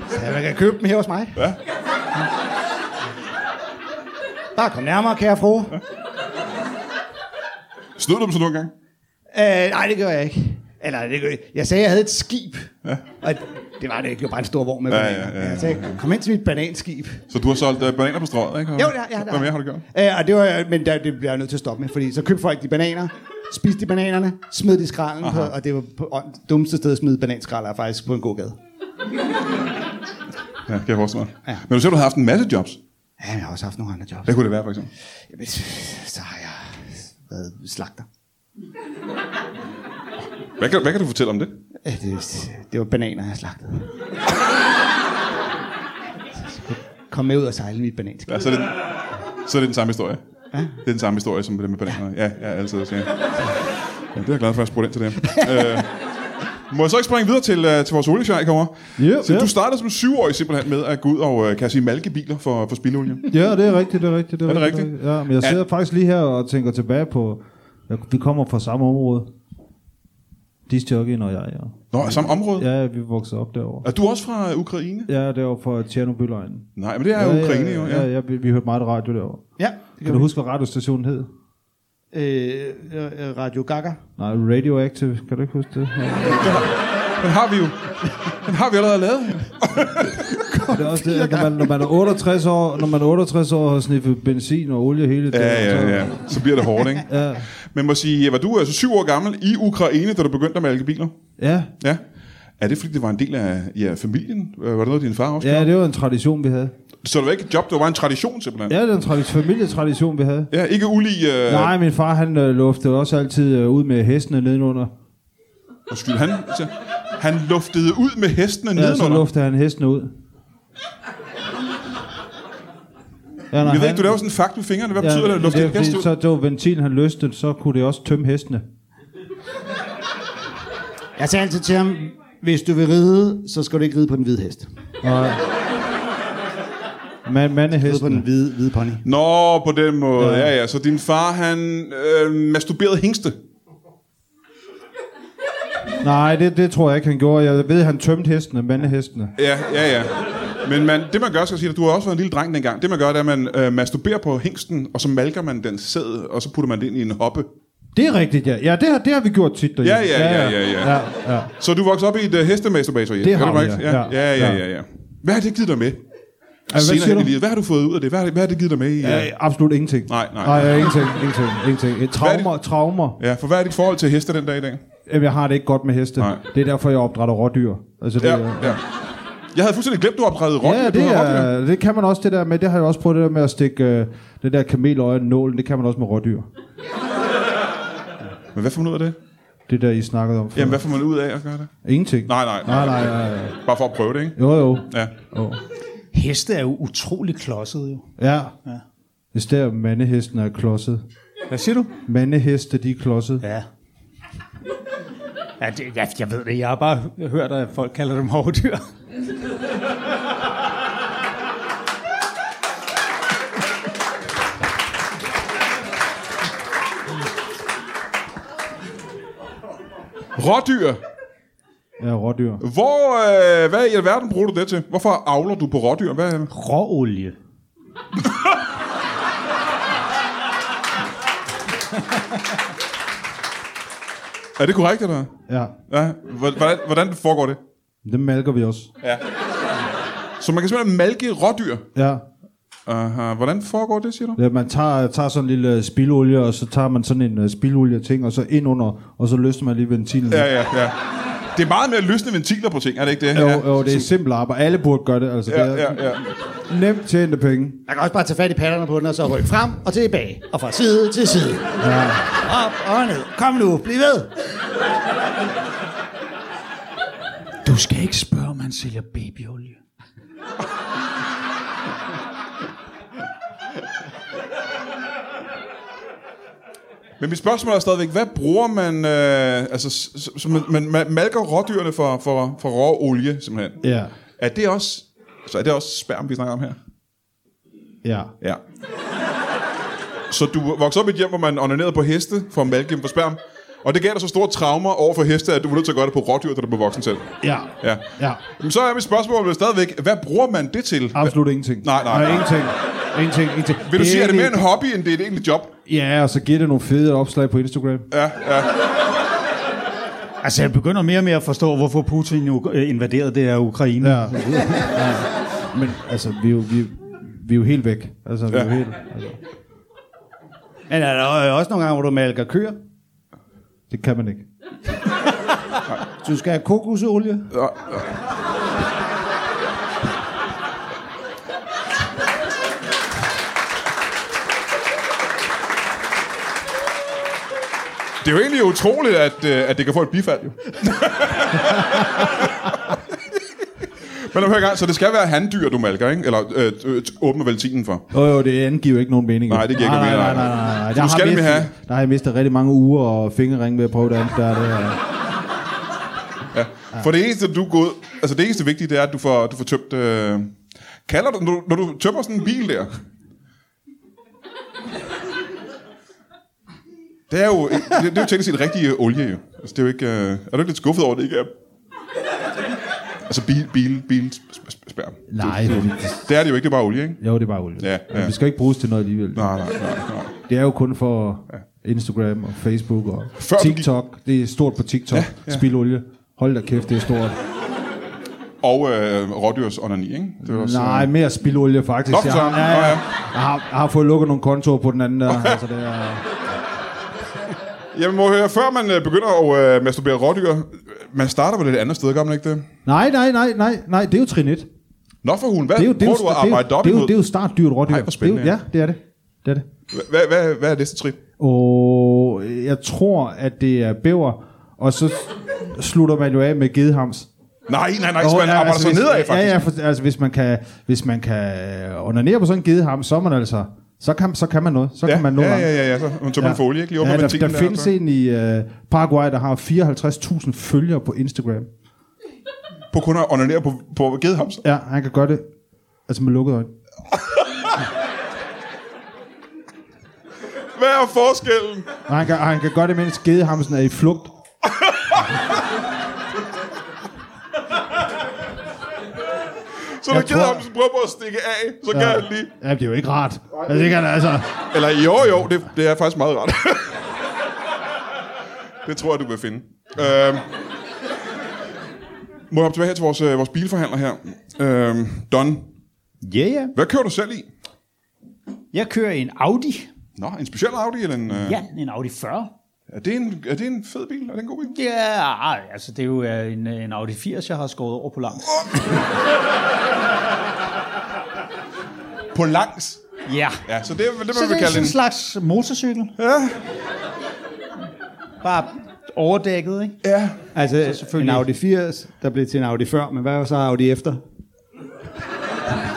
[SPEAKER 3] Så man kan købe dem her hos mig.
[SPEAKER 6] Ja.
[SPEAKER 3] Bare kom nærmere, kære fru.
[SPEAKER 6] Snød du dem så nogle gange?
[SPEAKER 3] Øh, nej, det gør jeg ikke. Eller, det gør jeg. jeg sagde, at jeg havde et skib. Ja. Og det var det ikke. Det var bare en stor vogn med
[SPEAKER 6] Ja,
[SPEAKER 3] bananer.
[SPEAKER 6] ja, ja, ja.
[SPEAKER 3] Jeg sagde, kom ind til mit bananskib.
[SPEAKER 6] Så du har solgt uh, bananer på strøget, ikke?
[SPEAKER 3] Jo, det har jeg.
[SPEAKER 6] Hvad mere har du gjort?
[SPEAKER 3] Øh, og det var, men der, det bliver jeg nødt til at stoppe med, fordi så købte folk de bananer, spiste de bananerne, smed de i skralden, på, og det var på og det dummeste sted at smide bananskralder er faktisk på en god gade.
[SPEAKER 6] Ja, kan jeg forestille mig. Ja. Men du siger, du har haft en masse jobs.
[SPEAKER 3] Ja, jeg har også haft nogle andre jobs.
[SPEAKER 6] Hvad kunne det være, for eksempel?
[SPEAKER 3] Jamen, så har jeg været slagter.
[SPEAKER 6] Hvad kan, hvad kan du fortælle om det?
[SPEAKER 3] Ja, Det, det var bananer, jeg slagtede. Kom med ud og sejle mit bananskib.
[SPEAKER 6] Ja, så, er det, så er det den samme historie. Ja. Det er den samme historie, som det med bananer. Ja, ja altid. Ja. Ja, det er jeg glad for, at jeg spurgte ind til det. øh, Må jeg så ikke springe videre til, øh, til vores oliesjejkommer?
[SPEAKER 2] Ja,
[SPEAKER 6] Så
[SPEAKER 2] ja.
[SPEAKER 6] du startede som syvårig simpelthen med at gå ud og, øh, kan jeg sige, malke biler for, for spildolie.
[SPEAKER 2] Ja, det er rigtigt, det er rigtigt. Det
[SPEAKER 6] Er det rigtigt?
[SPEAKER 2] Ja, men jeg sidder faktisk lige her og tænker tilbage på, at vi kommer fra samme område. Disjockeyen og jeg, ja.
[SPEAKER 6] Nå, samme område. Ja.
[SPEAKER 2] Ja, vi voksede op derovre.
[SPEAKER 6] Er du også fra øh, Ukraine?
[SPEAKER 2] Ja, derovre fra Tjernobyløgnen.
[SPEAKER 6] Nej, men det er jo Ukraine jo.
[SPEAKER 2] ja.
[SPEAKER 6] Ja.
[SPEAKER 2] ja, ja vi, vi hørte meget radio derovre.
[SPEAKER 3] Ja, det
[SPEAKER 2] Kan
[SPEAKER 3] kan
[SPEAKER 2] du
[SPEAKER 3] vi.
[SPEAKER 2] huske, hvad radiostationen hed?
[SPEAKER 3] Øh, øh, Radio Gaga.
[SPEAKER 2] Nej, Radioactive. Kan du ikke huske det? Ja.
[SPEAKER 6] Den har vi jo. Den har vi allerede lavet.
[SPEAKER 2] Det er også det, at når man, når man er 68 år, når man er 68 år og har sniffet benzin og olie hele dagen.
[SPEAKER 6] Ja, ja,
[SPEAKER 2] så-
[SPEAKER 6] ja. Så bliver det hårdt, ikke?
[SPEAKER 2] Ja,
[SPEAKER 6] Men må sige, var du altså syv år gammel i Ukraine, da du begyndte at malke biler?
[SPEAKER 2] ja.
[SPEAKER 6] Ja. Er det fordi, det var en del af ja, familien? Øh, Var det noget, din far også?
[SPEAKER 2] ja, det var en tradition, vi havde.
[SPEAKER 6] Så det var ikke et job, det var bare en tradition simpelthen?
[SPEAKER 2] Ja, det var en tradi- familietradition, vi havde.
[SPEAKER 6] ja ikke ulig... Øh,
[SPEAKER 2] Nej, min far han øh, luftede også altid øh, ud med hestene nedenunder.
[SPEAKER 6] Undskyld, han, altså, han luftede ud med hestene
[SPEAKER 2] Ja, så
[SPEAKER 6] nedenunder.
[SPEAKER 2] luftede han hestene ud. Ja, nej,
[SPEAKER 6] Jeg ved ikke, du laver sådan en fakt med fingrene. Hvad betyder det, at lufte
[SPEAKER 2] det
[SPEAKER 6] en
[SPEAKER 2] er fordi,
[SPEAKER 6] hest ud?
[SPEAKER 2] Så det var ventilen, han løste, så kunne det også tømme hestene.
[SPEAKER 3] Jeg sagde altid til ham, hvis du vil ride, så skal du ikke ride på den hvide hest.
[SPEAKER 2] Og, man,
[SPEAKER 3] Ride på
[SPEAKER 2] mandehesten.
[SPEAKER 3] den hvide, hvide pony.
[SPEAKER 6] Nå, på den måde. Ja,
[SPEAKER 2] Ja.
[SPEAKER 6] ja. Så din far, han øh, masturberede hængste.
[SPEAKER 2] Nej, det, det tror jeg ikke, han gjorde. Jeg ved, han tømte hestene, mandehestene.
[SPEAKER 6] Ja, ja, ja. Men man, det man gør, skal jeg sige dig, du har også været en lille dreng dengang. Det man gør, det er, at man øh, masturberer på hængsten, og så malker man den sæd, og så putter man det ind i en hoppe.
[SPEAKER 2] Det er rigtigt, ja. Ja, det har, det har vi gjort tit derhjemme.
[SPEAKER 6] Ja, ja, ja, ja, ja.
[SPEAKER 2] ja, ja.
[SPEAKER 6] Så du voksede op i et øh, hestemasturbatorie?
[SPEAKER 2] Det har
[SPEAKER 6] er
[SPEAKER 2] vi,
[SPEAKER 6] rigtigt?
[SPEAKER 2] ja.
[SPEAKER 6] ja. Ja, ja, ja, ja. Hvad har det givet dig med? Senere
[SPEAKER 2] siger
[SPEAKER 6] hen i
[SPEAKER 2] du?
[SPEAKER 6] livet. Hvad har du fået ud af det? Hvad har det, hvad har det givet dig med i? øh,
[SPEAKER 2] ja. Absolut ingenting.
[SPEAKER 6] Nej, nej.
[SPEAKER 2] nej ingenting, ingenting, ingenting. Et
[SPEAKER 6] Hvad er det-
[SPEAKER 2] Traumer, traumer.
[SPEAKER 6] Ja, for hvad er dit forhold til heste den dag i dag?
[SPEAKER 2] Jamen, jeg har det ikke godt med heste.
[SPEAKER 6] Nej.
[SPEAKER 2] Det er derfor, jeg opdrætter rådyr. Altså, det,
[SPEAKER 6] Ja,
[SPEAKER 2] er-
[SPEAKER 6] ja. Jeg havde fuldstændig glemt, du opdrættede rotte.
[SPEAKER 2] ja,
[SPEAKER 6] du
[SPEAKER 2] det,
[SPEAKER 6] har rådyr.
[SPEAKER 2] er, det kan man også det der med. Det har jeg også prøvet det der med at stikke øh, det der kameløje i nålen. Det kan man også med rådyr.
[SPEAKER 6] Men hvad får man ud af det?
[SPEAKER 2] Det der, I snakkede om. før.
[SPEAKER 6] Jamen, hvad får man ud af at gøre det?
[SPEAKER 2] Ingenting.
[SPEAKER 6] Nej, nej, nej.
[SPEAKER 2] nej, nej, nej, nej.
[SPEAKER 6] Bare for at prøve det, ikke?
[SPEAKER 2] Jo, jo.
[SPEAKER 6] Ja.
[SPEAKER 2] jo.
[SPEAKER 5] Heste er jo utrolig klodset, jo.
[SPEAKER 2] Ja.
[SPEAKER 5] Ja.
[SPEAKER 2] Hvis der mandehesten er klodset.
[SPEAKER 5] Hvad siger du?
[SPEAKER 2] Mandeheste, de er klodset.
[SPEAKER 5] Ja. Ja, det, jeg, jeg ved det. Jeg har bare hørt, at folk kalder dem hovdyr.
[SPEAKER 6] Rådyr.
[SPEAKER 2] Ja, rådyr.
[SPEAKER 6] Hvor, øh, hvad i alverden bruger du det til? Hvorfor avler du på rådyr? Hvad,
[SPEAKER 5] Råolie.
[SPEAKER 6] er det korrekt, eller?
[SPEAKER 2] Ja.
[SPEAKER 6] Ja. Hvor- Hvordan, hvordan foregår det?
[SPEAKER 2] Dem malker vi også.
[SPEAKER 6] Så man kan simpelthen malke rådyr.
[SPEAKER 2] Ja.
[SPEAKER 6] Aha. Hvordan foregår det, siger du?
[SPEAKER 2] Ja, man tager, tager sådan en lille øh, spildolie, og så tager man sådan en uh, spildolie-ting, og så ind under, og så løsner man lige ventilen.
[SPEAKER 6] Ja, ja, ja. Det er meget mere løsne ventiler på ting, er det ikke det?
[SPEAKER 2] Jo,
[SPEAKER 6] ja.
[SPEAKER 2] jo, det er simpelt arbejde. Alle burde gøre det. Altså,
[SPEAKER 6] Ja,
[SPEAKER 2] det er
[SPEAKER 6] ja, ja.
[SPEAKER 2] nemt tjente penge.
[SPEAKER 3] Man kan også bare tage fat i patterne på den, og så rykke frem og tilbage. Og fra side til side. Ja. Op og ned. Kom nu, bliv ved.
[SPEAKER 5] Du skal ikke spørge, om han sælger babyolie.
[SPEAKER 6] Men mit spørgsmål er stadigvæk, hvad bruger man... Øh, altså, s- s- så man, man, man malker rådyrene for, for, for rå olie, simpelthen.
[SPEAKER 2] Ja,
[SPEAKER 6] Er det også... Så er det også sperm, vi snakker om her?
[SPEAKER 2] ja.
[SPEAKER 6] Ja. Så du voksede op i et hjem, hvor man onanerede på heste for at malke dem for sperm. Og det gav dig så store traumer over for heste, at du var nødt til at gøre det på rådyr, da du blev voksen selv.
[SPEAKER 2] Ja,
[SPEAKER 6] Ja.
[SPEAKER 2] ja.
[SPEAKER 6] Men så er mit spørgsmål vel stadigvæk, hvad bruger man det til?
[SPEAKER 2] Absolut ingenting.
[SPEAKER 6] Nej, nej, nej.
[SPEAKER 2] ingenting. Ingenting, ingenting.
[SPEAKER 6] Vil du sige, at det er mere
[SPEAKER 2] egentlig-
[SPEAKER 6] en hobby, end det er et egentligt job?
[SPEAKER 2] Ja, og så giver det nogle fede opslag på Instagram.
[SPEAKER 6] Ja, ja.
[SPEAKER 5] Altså, jeg begynder mere og mere at forstå, hvorfor Putin jo øh, invaderede det her Ukraine.
[SPEAKER 2] Ja. ja. Men altså, vi er jo, vi, vi er jo helt væk. Altså, vi er jo
[SPEAKER 6] Ja.
[SPEAKER 2] helt, altså,
[SPEAKER 3] Men er der også nogle gange, hvor du malker køer?
[SPEAKER 2] det kan man ikke.
[SPEAKER 3] Du skal have kokosolie.
[SPEAKER 6] Det er jo egentlig utroligt, at, øh, at det kan få et bifald, jo. Men nu hører gang, så det skal være handdyr, du malker, ikke? Eller øh, øh, åbner velsignen for.
[SPEAKER 2] Jo, jo, det angiver ikke nogen mening.
[SPEAKER 6] Nej, det giver ikke
[SPEAKER 2] nej,
[SPEAKER 6] mening,
[SPEAKER 2] nej,
[SPEAKER 6] nej.
[SPEAKER 2] nej, nej, nej.
[SPEAKER 6] Du
[SPEAKER 2] Der har
[SPEAKER 6] skal
[SPEAKER 2] mistet-
[SPEAKER 6] have.
[SPEAKER 2] øh, Der har jeg mistet rigtig mange uger og fingerring ved at prøve det andet. Der, er det,
[SPEAKER 6] For det eneste, du går ud, altså det eneste vigtige, det er, at du får, du får tømt... Øh, kalder du, når, du- når du tømmer sådan en bil der... Det er jo, det, det er jo teknisk set rigtig øh, olie, jo. Altså, det er jo ikke... Øh, er du ikke lidt skuffet over, at det ikke er... Altså bil, bil, bil, sp- sp- spærm.
[SPEAKER 2] Nej,
[SPEAKER 6] Det er det jo ikke, det er bare olie, ikke?
[SPEAKER 2] jo, det er bare olie.
[SPEAKER 6] Ja, ja.
[SPEAKER 2] Det skal ikke bruges til noget alligevel.
[SPEAKER 6] Nej, nej, nej. nej.
[SPEAKER 2] Det er jo kun for Instagram og Facebook og
[SPEAKER 6] Før du gik-
[SPEAKER 2] TikTok. Det er stort på TikTok. Ja, ja. Spild olie. Hold da kæft, det er stort.
[SPEAKER 6] Og øh, rådyrs onani, ikke? Det var også,
[SPEAKER 2] Nej, mere spildolie faktisk.
[SPEAKER 6] Nå, for
[SPEAKER 2] jeg,
[SPEAKER 6] søren.
[SPEAKER 2] har, ja,
[SPEAKER 6] Nå, ja.
[SPEAKER 2] ja. jeg, har, jeg har fået lukket nogle kontorer på den anden der. altså, det er,
[SPEAKER 6] Jamen, må jeg høre, før man øh, begynder at øh, masturbere rådyr, øh, man starter vel et andet sted, gør man ikke det?
[SPEAKER 2] nej, nej, nej, nej, nej, det er jo trin 1.
[SPEAKER 6] Nå for hulen, hvad
[SPEAKER 2] Det er jo, det er jo,
[SPEAKER 6] prøver du at
[SPEAKER 2] det er jo,
[SPEAKER 6] arbejde op
[SPEAKER 2] det er jo,
[SPEAKER 6] imod?
[SPEAKER 2] det er jo startdyrt rådyr.
[SPEAKER 6] Ej, hvor spændende,
[SPEAKER 2] Det er jo, ja, det er det. Det er det.
[SPEAKER 6] Hvad, hvad, hvad er næste trin?
[SPEAKER 2] Og jeg tror, at det er bæver, og så slutter man jo af med gedehams.
[SPEAKER 6] Nej, nej, nej, så man arbejder
[SPEAKER 2] altså,
[SPEAKER 6] sig
[SPEAKER 2] hvis,
[SPEAKER 6] nedad, faktisk.
[SPEAKER 2] Ja, ja, for, altså hvis man kan, hvis man kan øh, onanere på sådan en gedeham, så er man altså, så kan, så kan man noget. Så kan man noget.
[SPEAKER 6] ja, ja, ja, ja, så hun tog ja. en folie, ikke? Lige op med
[SPEAKER 2] der,
[SPEAKER 6] ventilen
[SPEAKER 2] der findes
[SPEAKER 6] så.
[SPEAKER 2] en i øh, Paraguay, der har 54.000 følgere på Instagram.
[SPEAKER 6] På kun at onanere på, på gedehams.
[SPEAKER 2] Ja, han kan gøre det. Altså med lukkede øjne.
[SPEAKER 6] Hvad er forskellen?
[SPEAKER 2] Og han kan, og han kan gøre det, mens gedehamsen er i flugt.
[SPEAKER 6] Så når
[SPEAKER 2] tror-
[SPEAKER 6] gedehamsen prøver på at stikke af, så ja. kan han lige...
[SPEAKER 2] Ja, det er jo ikke rart. Altså, det kan han altså...
[SPEAKER 6] Eller jo, jo, det, det er faktisk meget rart. det tror jeg, du vil finde. Øhm, må jeg hoppe tilbage her til vores, øh, vores bilforhandler her? Øhm, Don,
[SPEAKER 5] Ja, yeah, ja. Yeah.
[SPEAKER 6] hvad kører du selv i?
[SPEAKER 5] Jeg kører en Audi.
[SPEAKER 6] Nå, en speciel Audi, eller en... Øh,
[SPEAKER 5] Ja, en Audi 40.
[SPEAKER 6] er, det en, er det en fed bil? Er det en god bil?
[SPEAKER 5] Ja, ej, altså det er jo øh, en, øh, en Audi 80, jeg har skåret over på langt.
[SPEAKER 6] På langs.
[SPEAKER 5] Ja.
[SPEAKER 6] Ja, så det, det, det
[SPEAKER 5] Så det
[SPEAKER 6] man vil
[SPEAKER 5] er
[SPEAKER 6] kalde
[SPEAKER 5] sådan en
[SPEAKER 6] en...
[SPEAKER 5] slags motorcykel.
[SPEAKER 6] Ja,
[SPEAKER 5] Bare overdækket, ikke?
[SPEAKER 6] ja.
[SPEAKER 3] Altså, selvfølgelig. en Audi 80, der blev til en Audi før, men hvad var så Audi efter?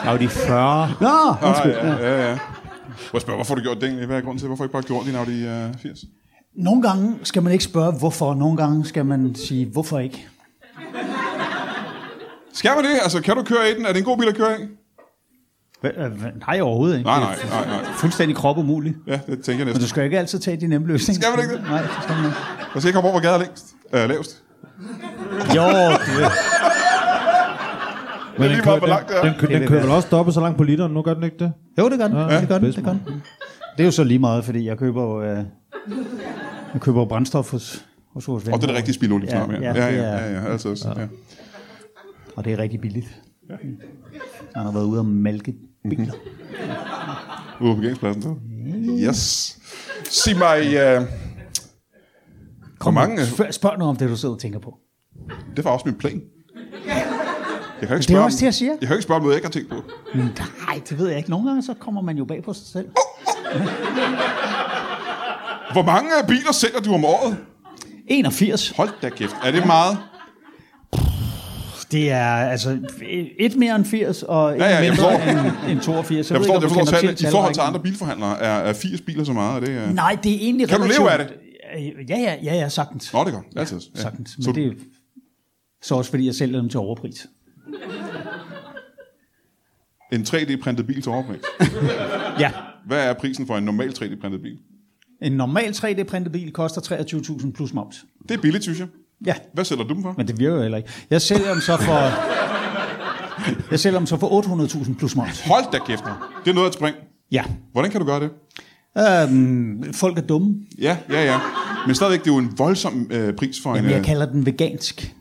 [SPEAKER 5] Audi 40.
[SPEAKER 3] Nå, undskyld.
[SPEAKER 6] Ah, ja, ja, ja. Må jeg spørge, hvorfor har du gjort det egentlig? Hvad er grunden til, hvorfor har I ikke bare gjort din Audi øh, 80?
[SPEAKER 5] Nogle gange skal man ikke spørge, hvorfor. Nogle gange skal man sige, hvorfor ikke?
[SPEAKER 6] Skal man det? Altså, kan du køre i den? Er det en god bil at køre i?
[SPEAKER 5] Hva- øh, hva- Nej, overhovedet ikke.
[SPEAKER 6] Nej,
[SPEAKER 5] Det er
[SPEAKER 6] nej, nej, nej.
[SPEAKER 5] Fuldstændig krop umuligt.
[SPEAKER 6] Ja, det tænker jeg
[SPEAKER 5] Men
[SPEAKER 6] næsten.
[SPEAKER 5] du skal jo ikke altid tage de nemme løsninger.
[SPEAKER 6] Skal man ikke det?
[SPEAKER 5] Nej, det skal man ikke.
[SPEAKER 6] Lad os se, komme over, hvor gaden er længst. Øh, lavest.
[SPEAKER 5] Jo, det
[SPEAKER 6] Det er lige meget, hvor langt det er.
[SPEAKER 2] den, den, den kører vel også dobbelt så langt på literen, nu gør den ikke det?
[SPEAKER 5] Jo, det gør den. Ja, det gør den,
[SPEAKER 2] bedst
[SPEAKER 5] det gør den. Det er jo så lige meget, fordi jeg køber jo, øh, jeg køber jo brændstof hos, hos vores venner.
[SPEAKER 6] Og det er det rigtige spilolie,
[SPEAKER 5] Ja,
[SPEAKER 6] vi snakker om,
[SPEAKER 5] ja,
[SPEAKER 6] ja, ja,
[SPEAKER 5] det
[SPEAKER 6] ja,
[SPEAKER 5] er-
[SPEAKER 6] ja, ja, altså også. Ja.
[SPEAKER 5] Og det er rigtig billigt. Han har været ude og mælke biler.
[SPEAKER 6] Mhm. Ude på parkeringspladsen, så. Yes. Sig mig, øh, hvor mange...
[SPEAKER 5] Spørg, spørg nu om det, du sidder og tænker på.
[SPEAKER 6] Det var også min plan. Jeg kan ikke
[SPEAKER 5] Det er
[SPEAKER 6] spørge,
[SPEAKER 5] også
[SPEAKER 6] om-
[SPEAKER 5] det, jeg siger.
[SPEAKER 6] Jeg kan ikke spørge om noget, jeg ikke har tænkt på.
[SPEAKER 5] Nej, det ved jeg ikke. Nogle gange så kommer man jo bag på sig selv.
[SPEAKER 6] Hvor mange øh, biler sælger du om året?
[SPEAKER 5] 81.
[SPEAKER 6] Hold da kæft. Er det meget?
[SPEAKER 5] Det er altså et mere end 80, og et
[SPEAKER 6] Ja, ja, jeg
[SPEAKER 5] mindre
[SPEAKER 6] forstår.
[SPEAKER 5] end, end 82.
[SPEAKER 6] Jeg forstår,
[SPEAKER 5] ved
[SPEAKER 6] jeg
[SPEAKER 5] ikke, om du
[SPEAKER 6] forstår
[SPEAKER 5] kender
[SPEAKER 6] tallet. I
[SPEAKER 5] tallet
[SPEAKER 6] forhold til
[SPEAKER 5] rigtigt.
[SPEAKER 6] andre bilforhandlere er, er 80 biler så meget. Er det, øh?
[SPEAKER 5] Nej, det er egentlig
[SPEAKER 6] Kan du leve
[SPEAKER 5] relativt- Ja, ja, ja, ja, sagtens.
[SPEAKER 6] Nå, det er godt. Altid. Ja.
[SPEAKER 5] sagtens. Men
[SPEAKER 6] Så,
[SPEAKER 5] det er så også fordi, jeg sælger dem til overpris.
[SPEAKER 6] en 3D-printet bil til overpris.
[SPEAKER 5] Ja.
[SPEAKER 6] Hvad er prisen for en normal 3D-printet bil?
[SPEAKER 5] En normal 3D-printet bil koster 23.000 plus moms.
[SPEAKER 6] Det er billigt, synes jeg.
[SPEAKER 5] Ja,
[SPEAKER 6] Hvad sælger du dem for?
[SPEAKER 5] men det virker jo heller ikke. Jeg sælger dem så for... Jeg sælger dem så for 800.000 plus moms.
[SPEAKER 6] Hold da kæft. Det er noget at springe.
[SPEAKER 5] Ja.
[SPEAKER 6] Hvordan kan du gøre det?
[SPEAKER 5] Øhm, folk er dumme.
[SPEAKER 6] Ja, ja, ja. Men stadigvæk, det er jo en voldsom øh, pris for
[SPEAKER 5] Jamen,
[SPEAKER 6] en...
[SPEAKER 5] jeg kalder den vegansk.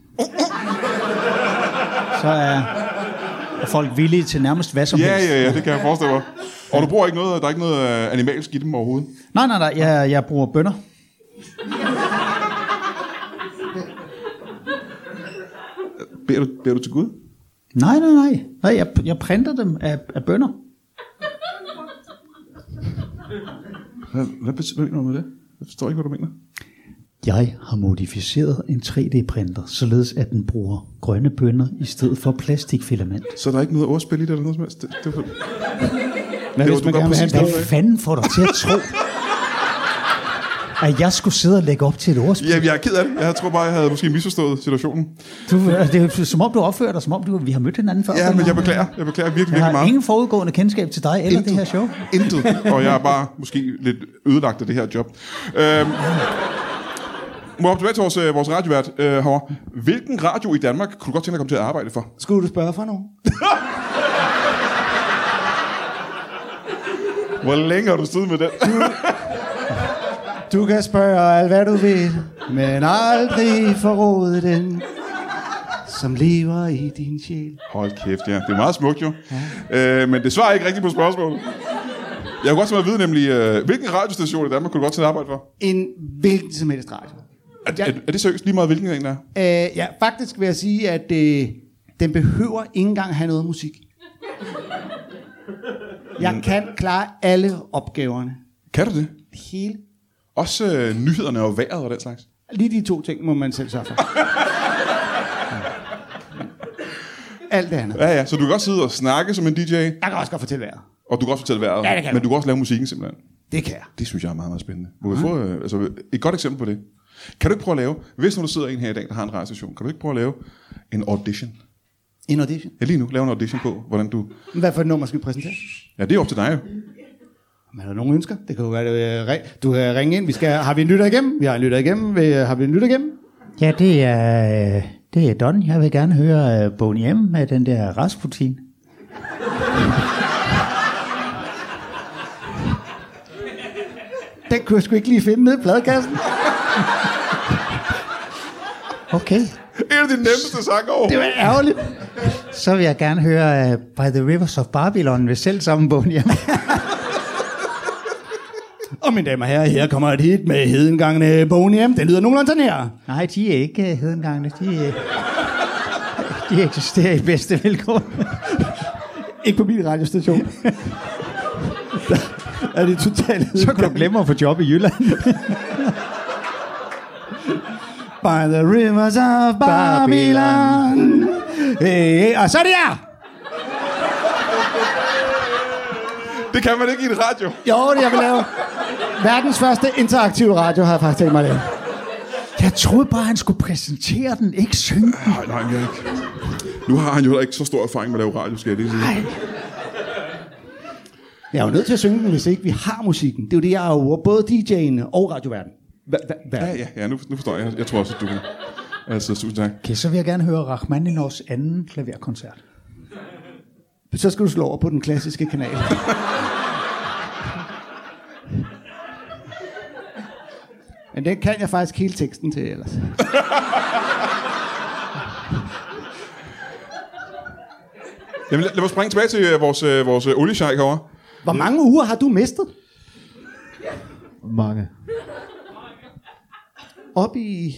[SPEAKER 5] Så er, er folk villige til nærmest hvad som
[SPEAKER 6] Ja,
[SPEAKER 5] helst.
[SPEAKER 6] ja, ja, det kan jeg forestille mig. Og du bruger ikke noget, der er ikke noget øh, animalsk i dem overhovedet.
[SPEAKER 5] Nej, nej, nej, jeg, jeg bruger bønder.
[SPEAKER 6] Beder du, beder du til Gud?
[SPEAKER 5] Nej, nej, nej. nej jeg, jeg printer dem af, af bønder.
[SPEAKER 6] Hvad, hvad, bet- hvad mener du med det? Jeg forstår ikke, hvad du mener.
[SPEAKER 5] Jeg har modificeret en 3D-printer, således at den bruger grønne bønder i stedet for plastikfilament.
[SPEAKER 6] Så er der ikke noget ordspil i det, eller noget som helst? Det, det, var,
[SPEAKER 3] Hvad
[SPEAKER 6] Det
[SPEAKER 3] hvis
[SPEAKER 6] var-
[SPEAKER 3] man
[SPEAKER 6] du
[SPEAKER 3] gerne
[SPEAKER 6] gør
[SPEAKER 3] vil have en
[SPEAKER 6] præcis
[SPEAKER 3] bog?
[SPEAKER 6] det.
[SPEAKER 5] Hvad fanden får dig til at tro, at jeg skulle sidde og lægge op til et ordspil.
[SPEAKER 6] Ja, jeg er ked af det. Jeg tror bare, jeg havde måske misforstået situationen.
[SPEAKER 5] Du, øh, det er jo som om, du opfører dig, som om du, vi har mødt hinanden før.
[SPEAKER 6] Ja, men jeg beklager. Jeg beklager virkelig,
[SPEAKER 5] Jeg
[SPEAKER 6] virkelig
[SPEAKER 5] har
[SPEAKER 6] meget.
[SPEAKER 5] ingen forudgående kendskab til dig eller det her show.
[SPEAKER 6] Intet. Og jeg er bare måske lidt ødelagt af det her job. Øhm, må jeg op tilbage til vores, øh, vores radiovært øh, herovre. Hvilken radio i Danmark kunne du godt tænke dig at komme til at arbejde for?
[SPEAKER 3] Skulle du spørge for nogen?
[SPEAKER 6] Hvor længe har du siddet med den?
[SPEAKER 3] Du kan spørge alt, hvad du vil, men aldrig forråde den, som lever i din sjæl.
[SPEAKER 6] Hold kæft, ja. Det er meget smukt jo. Øh, men det svarer ikke rigtigt på spørgsmålet. Jeg kunne godt tænke mig at vide nemlig, øh, hvilken radiostation i Danmark kunne du godt tænke dig at arbejde for?
[SPEAKER 3] En hvilken som helst radio.
[SPEAKER 6] Er, er, er det seriøst lige meget, hvilken en der er?
[SPEAKER 3] Øh, ja, faktisk vil jeg sige, at øh, den behøver ikke engang have noget musik. Jeg kan klare alle opgaverne.
[SPEAKER 6] Kan du det?
[SPEAKER 3] Hele.
[SPEAKER 6] Også øh, nyhederne og vejret og den slags.
[SPEAKER 3] Lige de to ting må man selv sørge for. Alt det andet.
[SPEAKER 6] Ja, ja. Så du kan godt sidde og snakke som en DJ,
[SPEAKER 3] Jeg kan også godt fortælle vejret.
[SPEAKER 6] og du kan også fortælle vejret.
[SPEAKER 3] Ja, det kan
[SPEAKER 6] men
[SPEAKER 3] du.
[SPEAKER 6] du kan også lave musikken simpelthen.
[SPEAKER 3] Det kan jeg.
[SPEAKER 6] Det synes jeg er meget, meget spændende. Må vi få øh, altså, et godt eksempel på det? Kan du ikke prøve at lave, hvis nu der sidder en her i dag, der har en radiostation, kan du ikke prøve at lave en audition?
[SPEAKER 3] En audition.
[SPEAKER 6] Ja, lige nu, lave en audition på, hvordan du...
[SPEAKER 3] Hvad for et nummer skal vi præsentere?
[SPEAKER 6] Ja, det er op til dig jo.
[SPEAKER 3] Om der nogen ønsker? Det kan jo være, det er, ring- du kan ringe ind. Vi skal, har vi en lytter igennem? Vi har en lytter igennem. Vi, øh, har vi en lytter igennem?
[SPEAKER 5] Ja, det er, øh, det er Don. Jeg vil gerne høre øh, Bogen Hjem med den der Rasputin.
[SPEAKER 3] Den kunne jeg sgu ikke lige finde nede i pladekassen.
[SPEAKER 5] Okay,
[SPEAKER 6] En af de nemmeste sange
[SPEAKER 3] Det
[SPEAKER 6] overhovedet.
[SPEAKER 3] var ærgerligt.
[SPEAKER 5] så vil jeg gerne høre øh, By the Rivers of Babylon ved selv samme Bogen Hjem.
[SPEAKER 3] Og mine damer og herrer, her kommer et hit med hedengangene Boney M. Den lyder nogenlunde sådan her.
[SPEAKER 5] Nej, de er ikke øh, hedengangne. De, øh, de eksisterer i bedste velgående.
[SPEAKER 3] Ikke på min radiostation. er det totalt
[SPEAKER 5] Så kan du glemme at få job i Jylland.
[SPEAKER 3] By the rivers of Babylon. Hey, og så er det her.
[SPEAKER 6] Det kan man ikke i en radio.
[SPEAKER 3] Jo, det jeg vil lave. Verdens første interaktive radio har jeg faktisk tænkt mig at lave.
[SPEAKER 5] Jeg troede bare, han skulle præsentere den, ikke synge den.
[SPEAKER 6] Nej, nej, jeg ikke. Nu har han jo heller ikke så stor erfaring med at lave radio, skal jeg lige sige.
[SPEAKER 3] Jeg er jo nødt til at synge den, hvis ikke vi har musikken. Det er jo det, jeg er jo både DJ'en og radioverden. Hva- hva- hva-
[SPEAKER 6] Ja, ja, ja, nu, nu forstår jeg. Jeg tror også, at du kan. Altså, tusind tak.
[SPEAKER 5] Okay, så vil jeg gerne høre Rachmaninoffs anden klaverkoncert.
[SPEAKER 3] Så skal du slå over på den klassiske kanal. Men den kan jeg faktisk hele teksten til ellers.
[SPEAKER 6] Jamen, lad, lad mig springe tilbage til øh, vores, øh, vores øh, oliesjejk herovre.
[SPEAKER 3] Hvor mange uger har du mistet?
[SPEAKER 2] Mange.
[SPEAKER 3] Op i...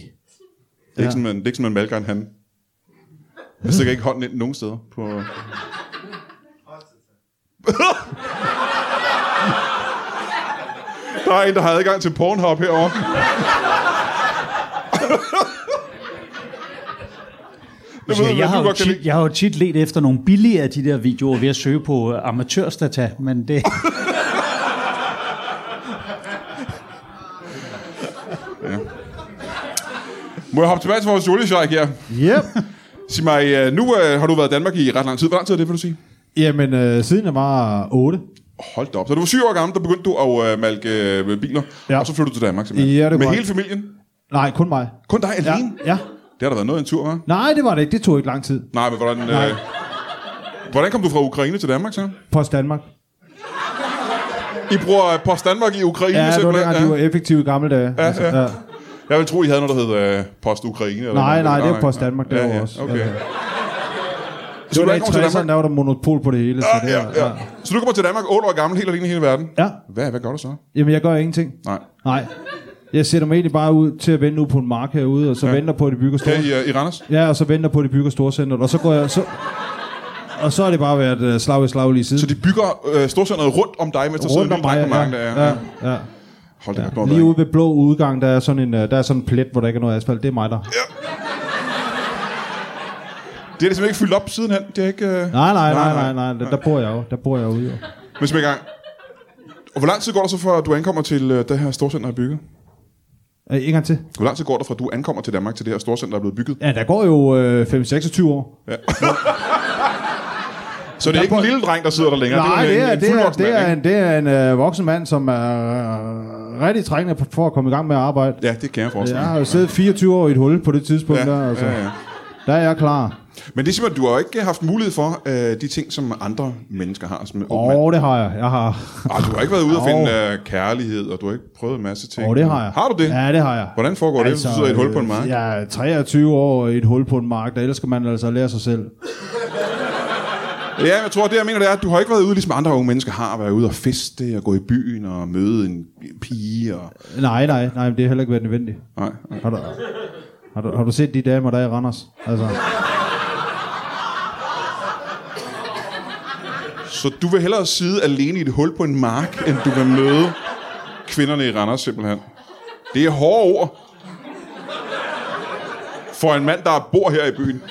[SPEAKER 6] Det er ikke sådan, man, det er ikke sådan, man malker en han. Jeg stikker ikke hånden ind nogen steder. På... der er en, der har adgang til Pornhub herovre. Det ved
[SPEAKER 5] Ja, Altså, jeg,
[SPEAKER 6] hvad
[SPEAKER 5] har
[SPEAKER 6] du
[SPEAKER 5] jo
[SPEAKER 6] godt kan
[SPEAKER 5] tit,
[SPEAKER 6] lide.
[SPEAKER 5] jeg har jo tit let efter nogle billige af de der videoer ved at søge på uh, amatørstata, men det,
[SPEAKER 6] Må jeg hoppe tilbage til vores oliesjejk her?
[SPEAKER 2] Yep.
[SPEAKER 6] Sig mig, øh, nu øh, har du været i Danmark i ret lang tid. Hvor lang tid er det, vil du sige?
[SPEAKER 2] Jamen, øh, siden jeg var 8.
[SPEAKER 6] Hold da op. Så du var syv år gammel, der begyndte du at øh, malke øh, biler, ja.
[SPEAKER 2] Ja.
[SPEAKER 6] og så flyttede du til Danmark simpelthen.
[SPEAKER 2] Ja, det er
[SPEAKER 6] Med
[SPEAKER 2] korrekt.
[SPEAKER 6] hele familien?
[SPEAKER 2] Nej, kun mig.
[SPEAKER 6] Kun dig
[SPEAKER 2] Ja,
[SPEAKER 6] alene?
[SPEAKER 2] ja.
[SPEAKER 6] Det har da været noget af en tur, hva'?
[SPEAKER 2] Nej, det var det ikke. Det tog ikke lang tid.
[SPEAKER 6] Nej, men hvordan...
[SPEAKER 2] Nej.
[SPEAKER 6] Øh, hvordan kom du fra Ukraine til Danmark så?
[SPEAKER 2] Post Danmark.
[SPEAKER 6] I bruger øh, Post Danmark i Ukraine
[SPEAKER 2] Ja, det var
[SPEAKER 6] simpelthen?
[SPEAKER 2] dengang, de var effektive i gamle dage. Ja, altså,
[SPEAKER 6] ja. Jeg ville tro, I havde noget, der hed øh, Post Ukraine. Eller
[SPEAKER 2] Nej,
[SPEAKER 6] noget.
[SPEAKER 2] nej, det var Post Danmark
[SPEAKER 6] ja,
[SPEAKER 2] derovre
[SPEAKER 6] ja,
[SPEAKER 2] også.
[SPEAKER 6] Okay.
[SPEAKER 2] Ja,
[SPEAKER 6] Ja,
[SPEAKER 2] ja.
[SPEAKER 6] Så,
[SPEAKER 2] Det
[SPEAKER 6] du
[SPEAKER 2] var
[SPEAKER 6] er
[SPEAKER 2] i
[SPEAKER 6] ikke kommet til
[SPEAKER 2] 60'erne,
[SPEAKER 6] Danmark,
[SPEAKER 2] der var der monopol på det hele. Så det
[SPEAKER 6] ja,
[SPEAKER 2] var,
[SPEAKER 6] ja. så du kommer til Danmark 8 år gammel, helt alene i hele verden?
[SPEAKER 2] ja.
[SPEAKER 6] Hvad, hvad gør du så?
[SPEAKER 2] Jamen, jeg gør ingenting.
[SPEAKER 6] Nej.
[SPEAKER 2] Nej. Jeg sætter mig egentlig bare ud til at vente ud på en mark herude, og så ja. venter på, at de bygger store...
[SPEAKER 6] Her i, øh, i Randers?
[SPEAKER 2] Ja, og så venter på, at de bygger storcenteret, og så går jeg... Så... Og så har det bare været øh, slag i slag lige siden.
[SPEAKER 6] Så de bygger øh, storcenteret rundt om dig, mens der sidder
[SPEAKER 2] rundt
[SPEAKER 6] en
[SPEAKER 2] om
[SPEAKER 6] lille dreng på marken.
[SPEAKER 2] mig.
[SPEAKER 6] der,
[SPEAKER 2] Ja, ja, ja.
[SPEAKER 6] Hold da ja.
[SPEAKER 2] Lige ude ved blå udgang, der er sådan en, øh, der er sådan en plet, hvor der ikke er noget asfalt. Det er mig der.
[SPEAKER 6] Det er ligesom ikke fyldt op sidenhen. Det er ikke... Øh...
[SPEAKER 2] Nej, nej, nej, nej, nej. Der, der bor jeg jo. Der bor jeg jo ude. jo.
[SPEAKER 6] Men som i gang. Og hvor lang tid går der så, før du ankommer til øh, det her storcenter, jeg bygget?
[SPEAKER 2] Øh, en gang til.
[SPEAKER 6] Hvor lang tid går der fra, du ankommer til Danmark, til det her storcenter er blevet bygget?
[SPEAKER 2] Ja, der går jo øh, 5-26 år.
[SPEAKER 6] Så det er ikke en lille dreng, der sidder der længere.
[SPEAKER 2] Nej,
[SPEAKER 6] det
[SPEAKER 2] det
[SPEAKER 6] er,
[SPEAKER 2] er,
[SPEAKER 6] en,
[SPEAKER 2] det
[SPEAKER 6] en
[SPEAKER 2] er,
[SPEAKER 6] fuldvoksen
[SPEAKER 2] det
[SPEAKER 6] mand,
[SPEAKER 2] er,
[SPEAKER 6] ikke?
[SPEAKER 2] en, det er en øh, voksen mand, som er øh, rigtig trængende på- for at komme i gang med at arbejde.
[SPEAKER 6] Ja, det kan jeg forestille
[SPEAKER 2] Jeg
[SPEAKER 6] mig.
[SPEAKER 2] har jo siddet 24 år i et hul på det tidspunkt
[SPEAKER 6] Ja,
[SPEAKER 2] ja, der, altså.
[SPEAKER 6] ja, ja.
[SPEAKER 2] Der er jeg klar.
[SPEAKER 6] Men det er simpelthen, du har jo ikke haft mulighed for øh, de ting, som andre mennesker har som ung
[SPEAKER 2] Åh,
[SPEAKER 6] mand.
[SPEAKER 2] oh, det har jeg. Jeg har...
[SPEAKER 6] Arh, du har ikke været ude og finde øh, kærlighed, og du har ikke prøvet en masse ting.
[SPEAKER 2] Åh, oh, det har jeg.
[SPEAKER 6] Har du det?
[SPEAKER 2] Ja, det har jeg.
[SPEAKER 6] Hvordan foregår det, hvis du sidder i et hul på en mark?
[SPEAKER 2] øh, Jeg er 23 år i et hul på en mark, der ellers skal man altså lære sig selv.
[SPEAKER 6] Ja, jeg tror, det jeg mener, det er, at du har ikke været ude, ligesom andre unge mennesker har, været ude og feste, og gå i byen, og møde en pige, og...
[SPEAKER 2] Nej, nej, nej, men det har heller ikke været nødvendigt.
[SPEAKER 6] Nej, nej.
[SPEAKER 2] Har du, har du, har du set de damer, der er i Randers? Altså,
[SPEAKER 6] Så du vil hellere sidde alene i et hul på en mark, end du vil møde kvinderne i Randers, simpelthen. Det er hårde ord. For en mand, der bor her i byen.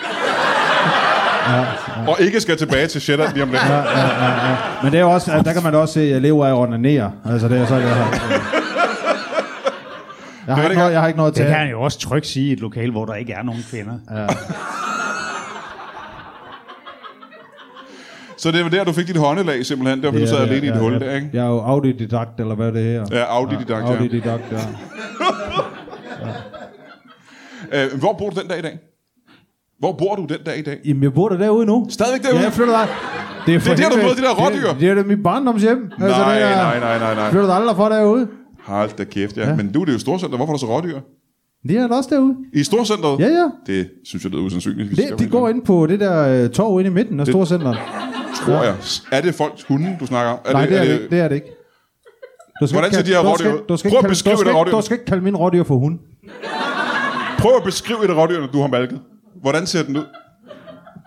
[SPEAKER 6] Og ikke skal tilbage til Sjælland lige om lidt.
[SPEAKER 2] men det er jo også, altså, der kan man også se, at jeg lever af at onanere. Altså, det er så, jeg har. Jeg har, ikke noget, jeg har ikke noget til.
[SPEAKER 5] Det kan han jo også trygt sige i et lokal, hvor der ikke er nogen kvinder.
[SPEAKER 6] Så det var der, du fik dit håndelag, simpelthen. Det var, fordi du sad alene i et hul der, ikke?
[SPEAKER 2] Jeg er jo autodidakt, eller hvad det her.
[SPEAKER 6] Ja, autodidakt, ja.
[SPEAKER 2] Autodidakt, ja.
[SPEAKER 6] Øh, hvor bor du den dag i dag? Hvor bor du den dag i dag?
[SPEAKER 2] Jamen, jeg bor der derude nu.
[SPEAKER 6] Stadigvæk
[SPEAKER 2] Ja,
[SPEAKER 6] derude?
[SPEAKER 2] jeg flytter der. Det er, for
[SPEAKER 6] Det er der, du
[SPEAKER 2] helvede-
[SPEAKER 6] møder de der rådyr.
[SPEAKER 2] Det, det er da mit barndomshjem. Altså,
[SPEAKER 6] Nej,
[SPEAKER 2] det er-
[SPEAKER 6] nej, nej, nej, nej.
[SPEAKER 2] Flytter du aldrig fra derude?
[SPEAKER 6] Hold da kæft, ja. ja. Men du det er jo storcenter. Hvorfor er der så rådyr?
[SPEAKER 2] Det er der også derude.
[SPEAKER 6] I storcenteret?
[SPEAKER 2] Ja, ja.
[SPEAKER 6] Det synes jeg lyder usandsynligt. hvis jeg
[SPEAKER 2] Det, de
[SPEAKER 6] skal være
[SPEAKER 2] går
[SPEAKER 6] helt
[SPEAKER 2] ind på det der øh, torv inde i midten af Storcenteret.
[SPEAKER 6] ærlig. Tror jeg. Er det folks hunde, du snakker om? Er
[SPEAKER 2] Nej, det er det ikke. Det er det ikke. Du skal
[SPEAKER 6] Hvordan
[SPEAKER 2] ikke
[SPEAKER 6] ser de her
[SPEAKER 2] kalde- du
[SPEAKER 6] rådyr
[SPEAKER 2] skal-
[SPEAKER 6] ud?
[SPEAKER 2] Du skal, ikke
[SPEAKER 6] Prøv at
[SPEAKER 2] kalde-
[SPEAKER 6] beskrive
[SPEAKER 2] du skal, ikke-
[SPEAKER 6] det rådyr.
[SPEAKER 2] Du skal ikke kalde min rådyr for hund.
[SPEAKER 6] Prøv at beskrive et af rådyrene, du har malket. Hvordan ser den ud?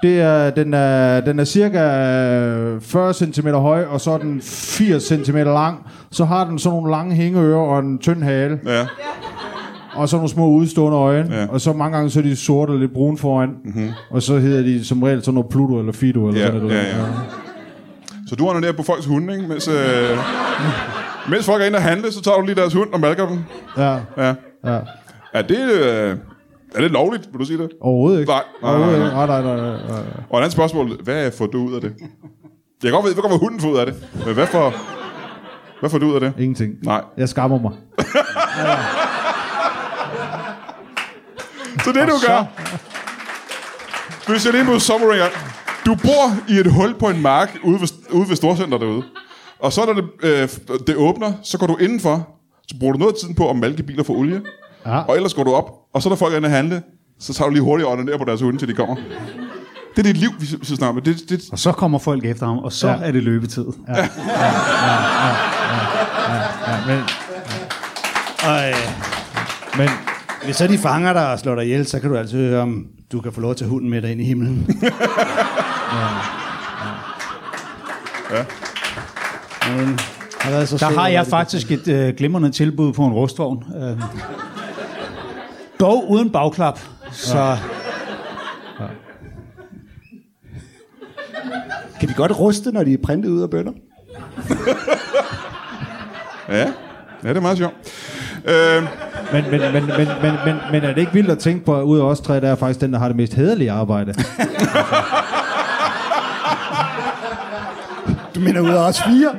[SPEAKER 2] Det er, den, er, den er cirka øh, 40 cm høj, og så er den 80 cm lang. Så har den sådan nogle lange hængeører og en tynd hale,
[SPEAKER 6] Ja.
[SPEAKER 2] og så nogle små udstående øjne.
[SPEAKER 6] Ja. Mhm.
[SPEAKER 2] Ja. Og så mange gange så er de sorte og lidt brune foran. Mm-hmm. Og så hedder de som regel sådan noget Pluto eller Fido eller
[SPEAKER 6] Ja,
[SPEAKER 2] sådan noget.
[SPEAKER 6] ja, ja. Så du har noget på folks hunde, ikke? Mens, øh, mens folk er inde og handle, så tager du lige deres hund og malker dem.
[SPEAKER 2] ja.
[SPEAKER 6] Ja.
[SPEAKER 2] ja.
[SPEAKER 6] Er det, øh, er det lovligt, vil du sige det?
[SPEAKER 2] Overhovedet ikke.
[SPEAKER 6] Nej, nej,
[SPEAKER 2] Overhovedet
[SPEAKER 6] nej,
[SPEAKER 2] ikke. nej, nej, nej, nej, nej.
[SPEAKER 6] Og et andet spørgsmål. Hvad får du ud af det? Jeg kan godt ved, hvad kommer hunden får ud af det. Men hvad får, hvad får du ud af det?
[SPEAKER 2] Ingenting.
[SPEAKER 6] Nej.
[SPEAKER 2] Jeg skammer mig.
[SPEAKER 6] Så det du gør Hvis jeg lige må summaringer Du bor i et hul på en mark Ude ved, ude ved Storcenter derude Og så når det, øh, det åbner Så går du indenfor Så bruger du noget tid på at malke biler for olie
[SPEAKER 2] Ja.
[SPEAKER 6] Og ellers går du op Og så er der folk inde at handle Så tager du lige hurtigt og ned på deres hunde til de kommer Det er dit liv vi s- snakker om det, det,
[SPEAKER 5] Og så kommer folk efter ham, og så
[SPEAKER 2] Ja.
[SPEAKER 5] ja. er det løbetid. Ja. Ja. Ja. Ja. Ja.
[SPEAKER 3] Og, øh, men hvis så de fanger dig og slår dig ihjel, så kan du altid høre, om du kan få lov at tage hunden med dig ind i himlen. ja. Ja. Men, har været så
[SPEAKER 5] Der
[SPEAKER 3] sød,
[SPEAKER 5] har jeg
[SPEAKER 3] at-
[SPEAKER 5] faktisk et øh, glimrende tilbud på en rustvogn. Øh. Dog uden bagklap. Så
[SPEAKER 3] Kan de godt ruste, når de er printet ud af bønder?
[SPEAKER 6] ja. ja, det er meget sjovt øh,
[SPEAKER 2] Men, men, men, men, men, men, men er det ikke vildt at tænke på, at ud af os tre, der er faktisk den, der har det mest hederlige arbejde?
[SPEAKER 3] Du mener ud af os fire?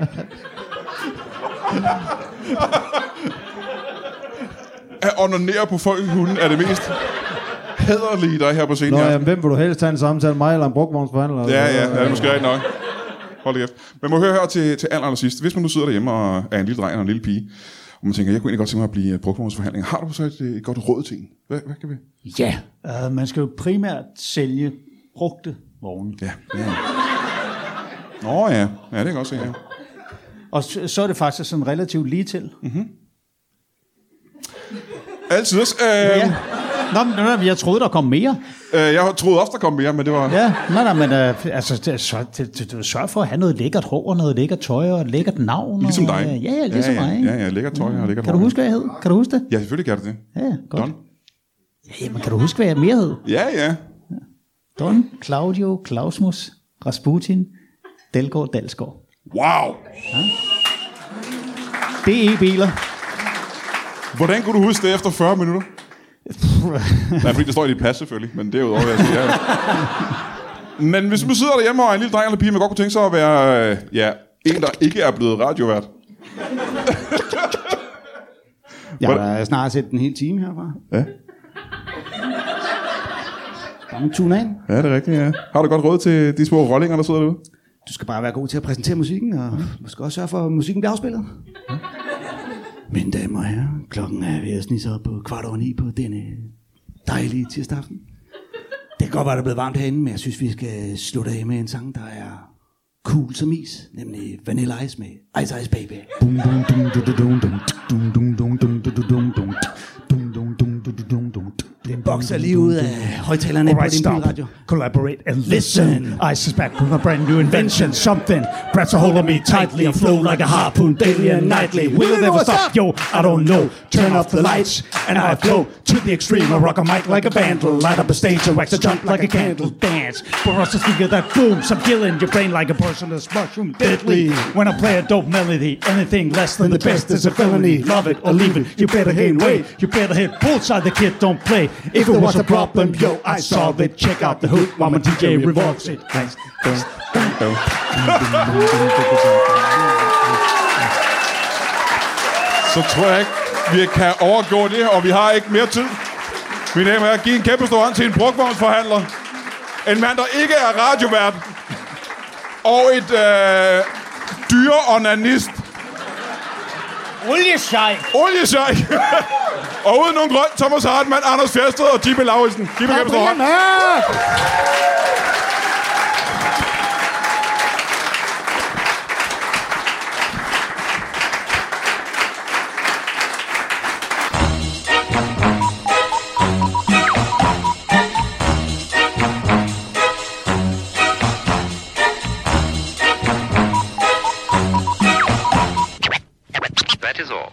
[SPEAKER 6] At onanere på folk i hunden Er det mest Hæderlige der er her på scenen
[SPEAKER 2] Nå,
[SPEAKER 6] i aften.
[SPEAKER 2] jamen, hvem vil du helst tage en samtale? Mig eller en brugvognsforhandler?
[SPEAKER 6] Ja, ja, ja, det er måske rigtigt nok. Hold da kæft. Men må høre her til, til aller, aller sidst. Hvis man nu sidder derhjemme og er en lille dreng og en lille pige, og man tænker, jeg kunne egentlig godt tænke mig at blive øh, brugtvognsforhandler. Har du så et, øh, et godt råd til en? Hvad, hvad kan vi?
[SPEAKER 5] ja, øh, man skal jo primært sælge brugte vogne.
[SPEAKER 6] Ja. ja. Nå ja, ja det kan jeg godt se. Ja.
[SPEAKER 5] Og så, så er det faktisk sådan relativt lige til. Mm.
[SPEAKER 6] Altid. Øh,
[SPEAKER 5] Ja. Nå, men, nå, jeg troede, der kom mere.
[SPEAKER 6] øh, jeg troede ofte, der kom mere, men det var...
[SPEAKER 5] Ja, nej, nej, men øh, altså, det, så, det, det, det, sørg for at have noget lækkert hår, og noget lækkert tøj, og et lækkert navn.
[SPEAKER 6] Ligesom
[SPEAKER 5] og,
[SPEAKER 6] dig.
[SPEAKER 5] øh, Ja, ja, ligesom
[SPEAKER 6] ja, ja,
[SPEAKER 5] mig. Ikke?
[SPEAKER 6] Ja, ja, lækkert tøj og lækkert
[SPEAKER 5] Kan du
[SPEAKER 6] hår.
[SPEAKER 5] huske, hvad jeg hed? Kan du huske det?
[SPEAKER 6] Ja, selvfølgelig kan du det.
[SPEAKER 5] Ja, godt.
[SPEAKER 6] Don.
[SPEAKER 5] Ja, men kan du huske, hvad jeg mere hed?
[SPEAKER 6] Ja, ja.
[SPEAKER 5] Don, Claudio, Clausmus, Rasputin, Delgaard, Dalsgaard.
[SPEAKER 6] Wow.
[SPEAKER 5] Det er e-biler.
[SPEAKER 6] Hvordan kunne du huske det efter 40 minutter? Nej, fordi det står i dit pas selvfølgelig, men derudover vil jeg sige, ja. Men hvis man sidder derhjemme og er en lille dreng eller pige, man godt kunne tænke sig at være øh, ja, en, der ikke er blevet radiovært.
[SPEAKER 3] Jeg har da snart set den hele time herfra.
[SPEAKER 6] Ja.
[SPEAKER 3] Bare tune ind.
[SPEAKER 6] Ja, det er rigtigt, ja. Har du godt råd til de små rollinger, der sidder derude?
[SPEAKER 3] Du skal bare være god til at præsentere musikken, og måske også sørge for, at musikken bliver afspillet. Mine damer og herrer, klokken er ved at snige sig op på kvart over ni på denne dejlige tirsdag aften. Det kan godt være, der er blevet varmt herinde, men jeg synes, vi skal slutte af med en sang, der er cool som is, nemlig Vanilla Ice med Ice Ice Baby. Det bokser lige ud af højtalerne på
[SPEAKER 5] Alright,
[SPEAKER 3] din
[SPEAKER 5] stop.
[SPEAKER 3] bilradio.
[SPEAKER 5] Collaborate and
[SPEAKER 3] Listen.
[SPEAKER 5] listen. I suspect with a brand new invention, something grabs a hold of me tightly and flow like a harpoon daily and nightly. Will it ever stop? Yo, I don't know. Turn off the lights and I flow to the extreme. I rock a mic like a vandal, light up a stage and wax a jump like a candle. Dance for us to speaker that booms. I'm killing your brain like a poisonous mushroom, deadly. When I play a dope melody, anything less than the best is a felony. Love it or leave it. You better gain weight. You better hit bullseye. The kid don't play. If it was a problem, yo, I solved it. Check out the hook while my DJ revolves it. Thanks.
[SPEAKER 6] Så tror jeg ikke, vi kan overgå det, og vi har ikke mere tid. Mine damer og herrer, giv en kæmpe stor hånd til en brugvognsforhandler. En mand, der ikke er radiovært. Og et øh, dyreonanist.
[SPEAKER 5] Oliesjej.
[SPEAKER 6] Oliesjæk. og uden nogen grund, Thomas Hartmann, Anders Fjersted og Jimmy Lauritsen. Giv mig kæmpe stor hånd.
[SPEAKER 7] That is all.